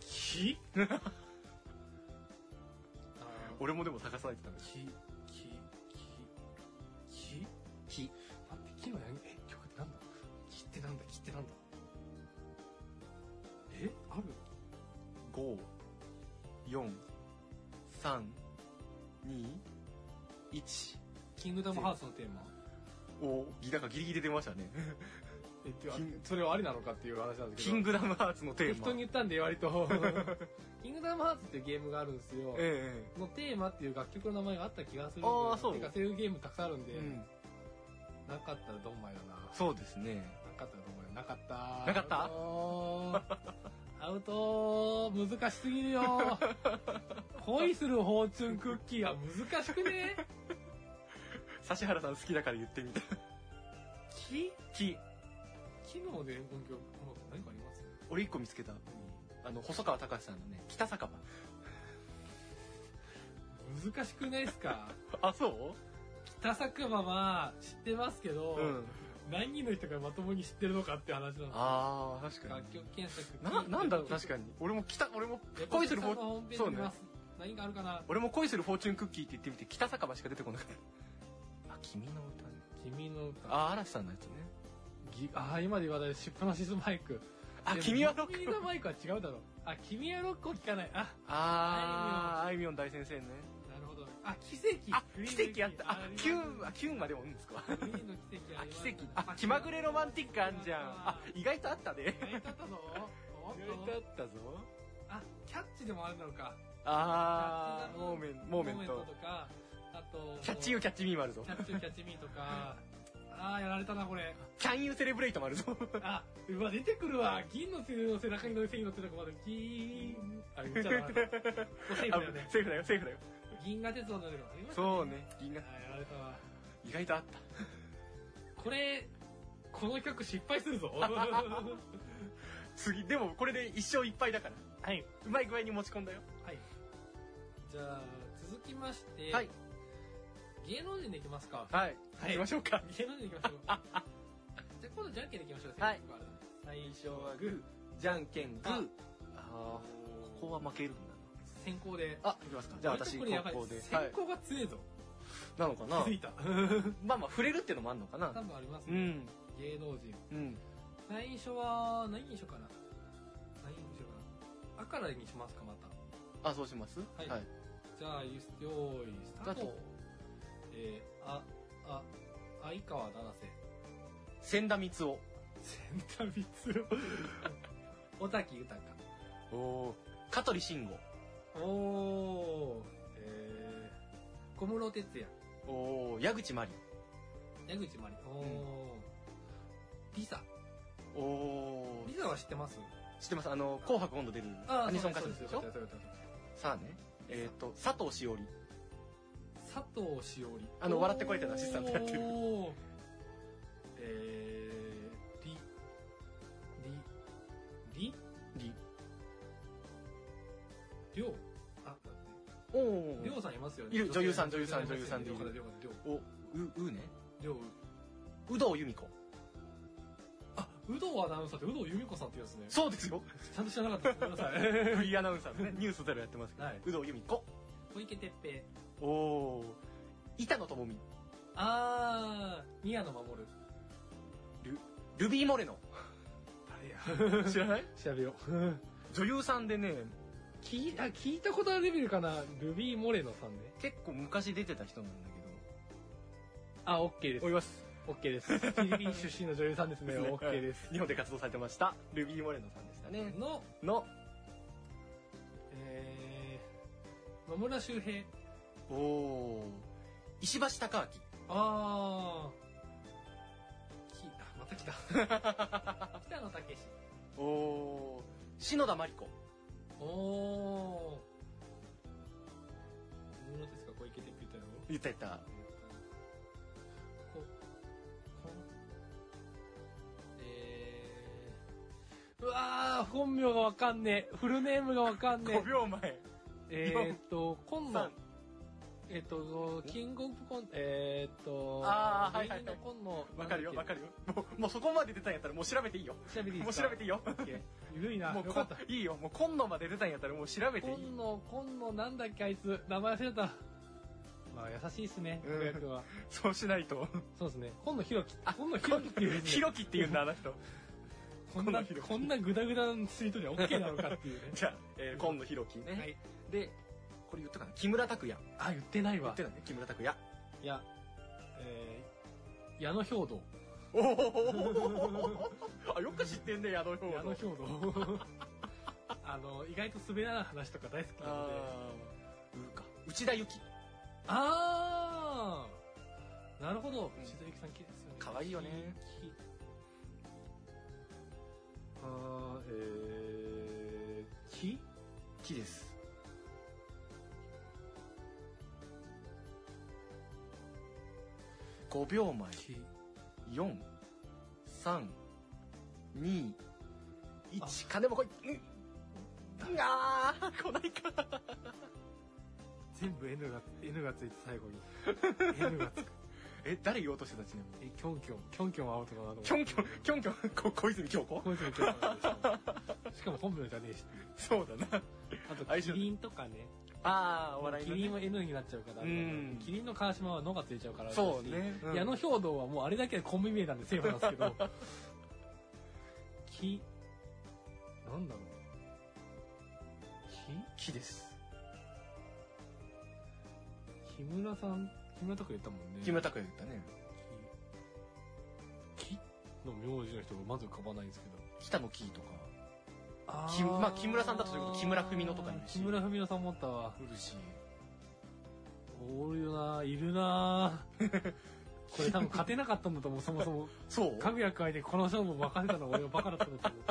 キあー俺もでも探さないとダメキキキキキ。待ってキのやんえ曲ってなんだキってなんだキってなんだえある5、4、3、2、1。キングダムハーツのテーマおー、なんかギリギリで出ましたね。えっていうキンあそれはありなのかっていう話なんですけ キどングダムハーツのテーマ。適当に言ったんで割とキングダムハーツっていうゲームがあるんですよえのテーマっていう楽曲の名前があった気がするんであーそうてかそういうゲームたくさんあるんで、えうん。なかったらドンマイだなそうですね。なかったと思うよ。なかった。なかったアウトーアウトー難しすぎる よ。恋するフォーチュンクッキーは難しくね指原さん好きだから言ってみた。木キ。木の伝言曲、何かあります俺一個見つけた。あの、細川隆さんのね、北酒場。難しくないですかあ、そう北酒場は知ってますけど、うん。何人の人がまともに知ってるのかって話なんですよああ、確か楽に。曲検索。な、なんだろう、確かに。俺も北、俺もに恋するフォー、ホームページ見ます。何があるかな俺も恋するフォーチュンクッキーって言ってみて、北酒場しか出てこなかった。あ、君の歌ね。君の歌。あ、嵐さんのやつね。ぎあー、今で言わないしっぱなしスマイク。あ、でも君はロッ君ク。のマイクは違うだろう。あ、君はロックを聞かない。あ、あー、あいみょん大先生ね。なるほど。あ、奇跡。あ、奇跡あった。あ、キューン、ああ、キューンまでおるんですか。ります、グリーンの奇跡ああり、ます奇跡。あ、気まぐれロマンティックあんじゃん。あ、意外とあったね。やり方のおっ意と外とあったぞ。あ、キャッチでもあるのか。あー、モーメン、モーメントトと。か、あと、キャッチユーキャッチミーもあるぞキ。ャッチユーキャッチミーとか、あー、やられたな、これ。キャンユーセレブレイトもあるぞ。あ、うわ、出てくるわ。銀の背の背中に乗る背に乗ってるのがまだ、銀。あれ、めっちゃ だな。おセーフあだよね。セーフだよ、セーフだよ。銀河鉄道の乗るのありましたそうね、銀河。あー、やられたわ。意外とあった。これ、この曲失敗す るぞ。次、でもこれで一生いっぱいだから。はい。うまい具合に持ち込んだよ。はい。じゃあ、続きまして、はい。芸能人でいきますか。はい。は行きましょうか。芸能人でいきましょう。 じゃあ、今度じゃんけんでいきましょう。はせいっかくある。最初はグー、じゃんけんグあー。あー、ここは負けるんだ先行で。な。あ、いきますか。じゃあ私、ここれやばいこで。は先い。行が強いぞ。なのかな気づいた。まあまあ、触れるってのもあんのか多な分ありますうね。ん。芸能人。うん。最初は、何にしようかな。何にしようかな。あからにしますか、また。あ、そうしますはいじゃあ、ゆよーい、スタースタートト。えー、あ、あ、相川七瀬。千田光雄。センタビツオ。尾崎豊。おお。香取慎吾。おー。えー、小室哲也。おお。矢口真理。矢口まり。おー。リサ。おおリ。サは知ってます知ってますあの、紅白今度出るアニソン歌手でしょさあね。えっと、佐藤しおり。佐藤しおり。あの笑ってこいてのアシスタントやってるおーえー、り、り、りり。りょう。あ、待って。おおりょうさんいますよね。いる女優さん女優さりょんう女優さんりょうりょうお、う、うね。りょう有働由美子。あ、有働アナウンサーって有働由美子さんって言うんですね。そうですよ。ちゃんと知らなかった。ごめんなさい。フ リーアナウンサーのね、ニュースゼロやってますけど。はい有働由美子。 小池徹平。おお。板野友美。あー、宮野守る。ルビー・モレノ。誰や 知らない調べよう。女優さんでね、聞いあ聞いたことあるレベルかな。ルビー・モレノさんね。結構昔出てた人なんだけど。あ、オッケーでおすり。ます。オッケーです。フィリピン出身の女優さんです ね。ですねオッケーです。日本で活動されてました。ルビー・モレノさんでしたね。の、の、えー、野村周平。おお。石橋貴明。あー、き、あ、た 来た。北野武おー篠田真理子おおー。どうですか小池テピタよ。言った言ったこ、こ、えー、うわー、本名がわかんねえ。フルネームがわかんね5秒前え。えーっと、今野三、えーっと、キングオブコン、えーっと、あーはい芸はい人の今野、わかるよわかる。るよもうもうそこまで出たんやったらもう調べていいよ調べていいもでうす調かべていいよオッケーゆるいな。もようかったこ。いいよもう今度まで出たんやったらもう調べていい今野、今野なんだっけあいつ。名前忘れた。まあ、優しいっすね、うん親役は。そうしないとそうですね。今野ひろき。今野ひろきっていう、ね。ひろきって言うんだあの人こんな、今野ひろきこんなグダグダのツイートには OK なのかっていうね。 じゃあ、えー、今度ひろきね、はい。でこれ言ったかな木村拓哉あ、言ってない言っわて。ないね木村拓哉いや、えー、矢野兵道。おお あよく知ってんね矢野兵矢野道兵道。 あの、意外と滑らない話とか大好きなので。あーうーか内田有紀あーなるほど。うん千田ゆきさん綺麗ですよね。可愛いよねき。あー、えー、木木です5秒前木。 431金も来いうんあー来ないか全部 N が、N がついて最後に。N が つく。え誰言おうとしてたちなみにえ、キョンキョン。キョンキョンアウトかなと思ってキョンキョンキョンキョンこ小泉京子小泉今日しかも本名じゃねえし。そうだなあと、相キ性リンとかね。ああおキリンは N になっちゃうから。うんキリンの川島は野がついちゃうから。そう。ね、うん矢野兵道はもうあれだけでコンビ名なんでセーフなんですけ ど。き、なんだろう。木ですき木村さん、木村とか言ったもんね。木村拓哉言ったねき。きの名字の人がまず浮かばないんですけど。北野木とかあきまあ木村さんだとそういうこと木村文乃とかいる木し村文乃さんもおったわ。うるしおるよないる なこれ多分勝てなかったんだと思う、そもそも。そうかぐやく相手にこの勝負任せたの俺はバカだったんだと思う。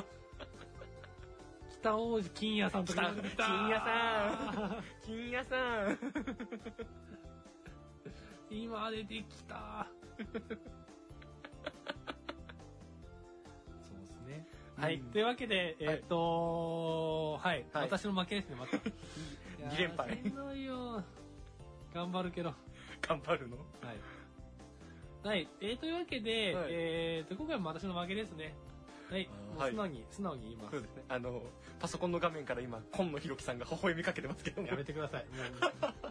北王子金谷さんとか。北金谷さん。金谷さん今出てきた。そうですね。はいうんというわけで、えっと、はい。はい私の負けですね、ま た。二連敗いやーしんどいよ。頑張るけど。頑張るのはい。はい。えー、というわけで、はいえーと、今回も私の負けですね。はい。あーもう素直に、素直に言いますそう。ですねあのパソコンの画面から今紺野ろきさんが微笑みかけてますけどもやめてください。もう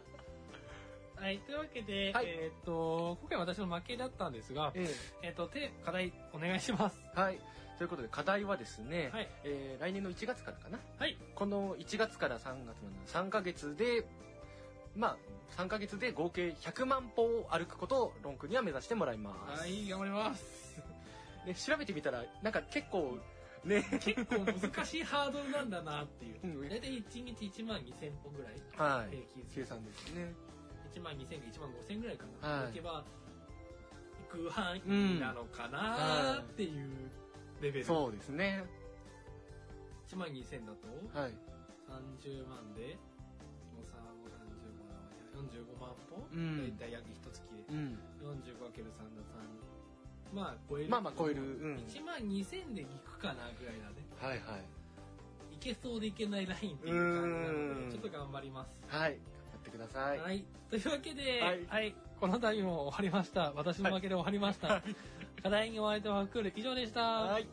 はい。というわけで、はいえーっと、今回私の負けだったんですが、ええーっと、手、課題お願いします。えはいということで課題はですね、はい。えー来年の1月からかなはい。この1月から3月までの3ヶ月でまあ3ヶ月で合計100万歩を歩くことをロン君には目指してもらいます、はい、頑張ります。ね、調べてみたらなんか結構ね結構難しいハードルなんだなっていう。うんだいたい1日1万2000歩ぐらいは平い均す計る。算ですね1万2000か1万5000ぐらいかな。はい行けば、行く範囲なのかなっていうレベル。そうですね1万2000だとはい30万で、5、3、5、35万、45万歩うんだいたい約1月で。うん 45×3 だ3。まあ、超える。まあまあ超えるうん1万2000で行くかなぐらいだね。はいはいいけそうでいけないラインっていう感じなのうんで、ちょっと頑張ります。はい頑張ってくださいはい、というわけで、ははいい、この度も終わりました。私の負けで終わりました。課題にお相手はクール以上でした。はい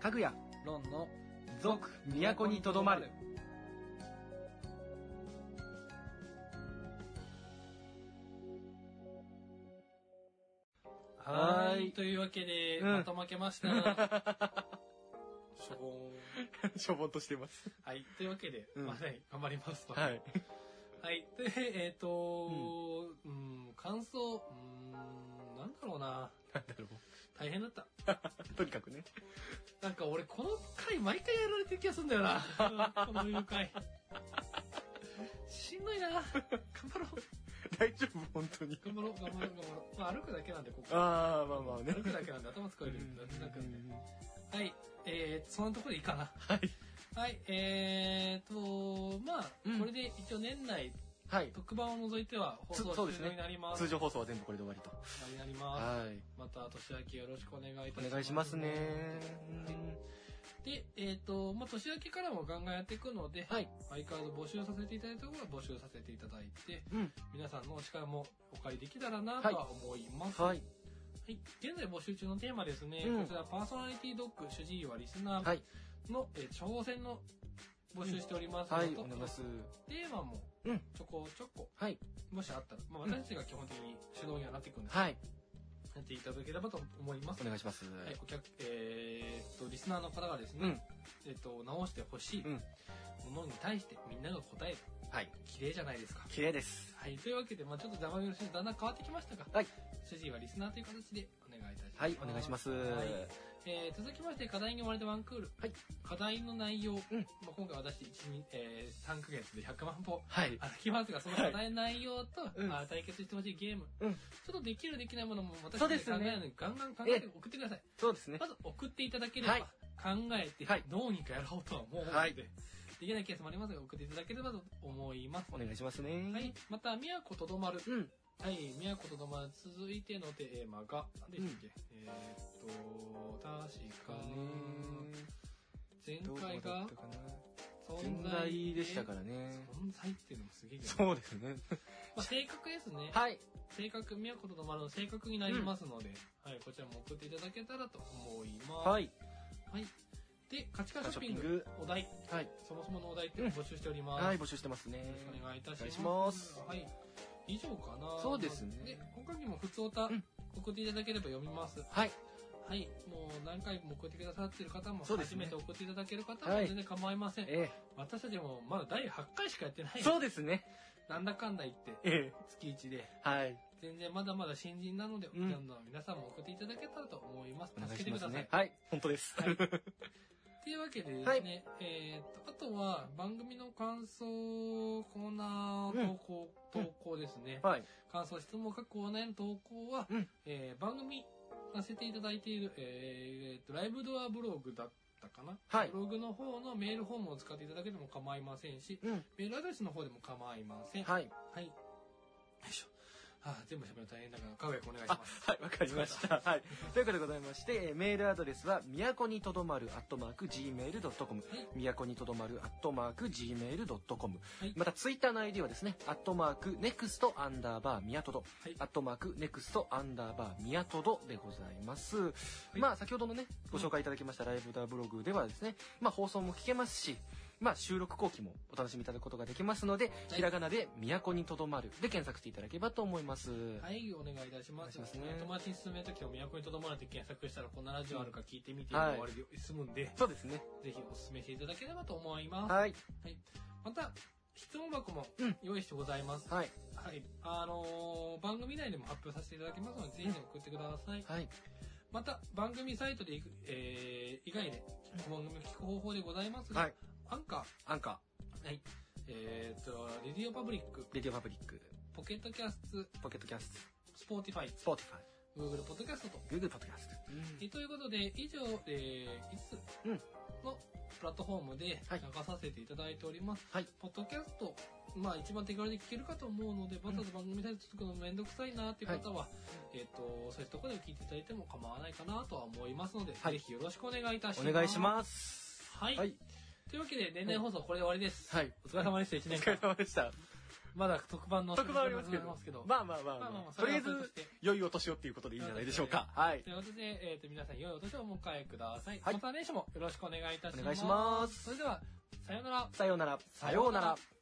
かぐやロンの続都にとどまる。ははーーい。いというわけで、うんまた負けました。しょぼーんしょぼんとしてます。はい。というわけで、うんまあはい、頑張りますと。はい。はい。で、えっ、とうん、感想、うん、なんだろうな。なんだろ大変だった。う。とにかくね。なんか俺、この回毎回やられてる気がするんだよな。この誘拐。しんどいな頑張ろう。大丈夫本当に。頑張ろう、頑張ろう、頑張ろう。まあ、歩くだけなんで、ここ。ああ、まあまあね歩。くだけなんで、頭疲れるんで、なんかね。はい。えー、そのところでいいかな。はい。はい。えーと、まあ、うんこれで一応年内、はい。特番を除いては放つ送そ終うです了ねになります。通常放送は全部これで終わりと。になりまはい。す。また年明けよろしくお願いいたします。お願いしますね。で、えっ、と、まあ、年明けからもガンガンやっていくので、はい。相変わらず募集させていただいたところは募集させていただいて、うん。皆さんのお力もお借りできたらなとは思います。はい。はい現在募集中のテーマですね、うんこちらパーソナリティドッグ主治医はリスナはい。ーの、えー挑戦の募集しておりますのと、はい。お願いします。テーマもうんちょこちょこ、はい。もしあったら、まあ、私たちが基本的に主導にはなっていくんです、はい。やっていただければと思います。お願いします。はい、顧客、えーっと、リスナーの方がですね、うん。えっと、直してほしいうんものに対してみんなが答える。はい。綺麗じゃないですか。綺麗です。はい、というわけで、まあちょっと生々しいだんだん変わってきましたが、はい主治医はリスナーという形でお願いいたします。はい。お願いします。ははいえー続きまして、課題に追われてワンクール。はい課題の内容。うんまあ今回私、1、2、えー3ヶ月で100万歩い。歩きますが、その課題内容と、うんあー対決してほしいゲーム、うんちょっとできるできないものも私そうでたちすで考えねるので、ガンガン考えて送ってください。そうですねま。ず送っていただければ、はい考えてはい、どうにかやろうとは思うので、はいできないケースもありますが、送っていただければと思います。お願いしますね。はい。。また、宮古とどまる。うん。はい、宮古とどまる。続いてのテーマが、何でしたっけ、えーっと、確かね、前どうだ回ったかなが存存在在でしたからね。存在っていうのもすげえけど、 そうですね。まあ、正確ですね。はい。正確、宮古とどまるの正確になりますので、はい、こちらも送っていただけたらと思います。はい。はい。で、価値観ショッピンショッピグング、お題。はい。そもそものお題っていうのを募集しております。はい、よ募集してますねろ。しくお願いいたします。お願いしますはい。以上かな。そうですねで、他にも普通歌うん、送っていただければ読みます。はい。はい。もう何回も送ってくださってる方も、そうです初ねめて送っていただける方もはい全然構いません。え私たちもまだ第8回しかやってなえ。い。そうですね。なんだかんだ言って、ええ。月1で。はい。全然まだまだ新人なので、うんどんどん皆さんも送っていただけたらと思います。お願い助けしてまくだすさいね。。はい。本当です。はいっていうわけでですね、はいえー、と、あとは番組の感想、コーナー、投稿、うん投稿ですね。はい。感想、質問、各コーナーへの投稿は、うんえー番組させていただいている、えーえーと、ライブドアブログだったかな、はいブログの方のメールフォームを使っていただけても構いませんし、うん。メールアドレスの方でも構いません。はい。はい。よいしょ。はあ、全部喋るの大変だから、かぐやくんお願いしあます。、はい、わかりました。はい。ということでございまして、えーメールアドレスは、みやこにとどまる、アットマーク、gmail.com。みやこにとどまる、アットマーク、gmail.com はい。また、ツイッターの ID はですね、アットマーク、ネクスト、アンダーバー、みやとど。はいアットマーク、ネクスト、アンダーバー、みやとどでございます。まあ、先ほどのね、ご紹介いただきましたライブダーブログではですね、まあ、放送も聞けますし、まあ、収録後期もお楽しみいただくことができますので、はいひらがなで、みやこにとどまるで検索していただければと思います。はい、お願いいたします。お願いしますね友達に勧めるときも、都にとどまるって検索したら、こんなラジオあるか聞いてみて、はい終わりで済むんで、そうですね。ぜひお勧めしていただければと思います。はい。また、質問箱もうん用意してございます。はい。はい。あのー番組内でも発表させていただきますので、ぜひ送ってください。はい。また、番組サイトでいく、えー、以外で、番組を聞く方法でございますが、はい。アンカアンカー、はい。えー、っと、レディオパブリック、ー、レディオパブリック、ポケットキャスト、ポケットキャススポーティファイト、ス、ポーティファ Google ポッドキャストと、イ、Google ポッドキャスト。えということで、以上、えー、う5んつのプラットフォームでは流いさせていただいております。はいポッドキャスト、まあ一番手軽で聞けるかと思うので、わざわざ番組サイト作るのめんどくさいなっていう方は、えっ、と、そういうところで聞いていただいても構わないかなとは思いますので、はいぜひよろしくお願いいたします。お願いします。はい。はい。というわけで、年内放送これで終わりです。はい。お疲れ様でした、1お年疲れ間。様でした。まだ特番の特番ありますけお知らせもございどますけど。まあまあまあまあまあままああ、そとれりあはそえれずとして、良いお年をっていうことでいいんじゃないでしょうか。はいと。いうことで、えっ、と、皆さん、良いお年をお迎えください。はいまた年始もよろしくお願いいたします。お願いしますそれでは、さようなら。さようなら。さようなら。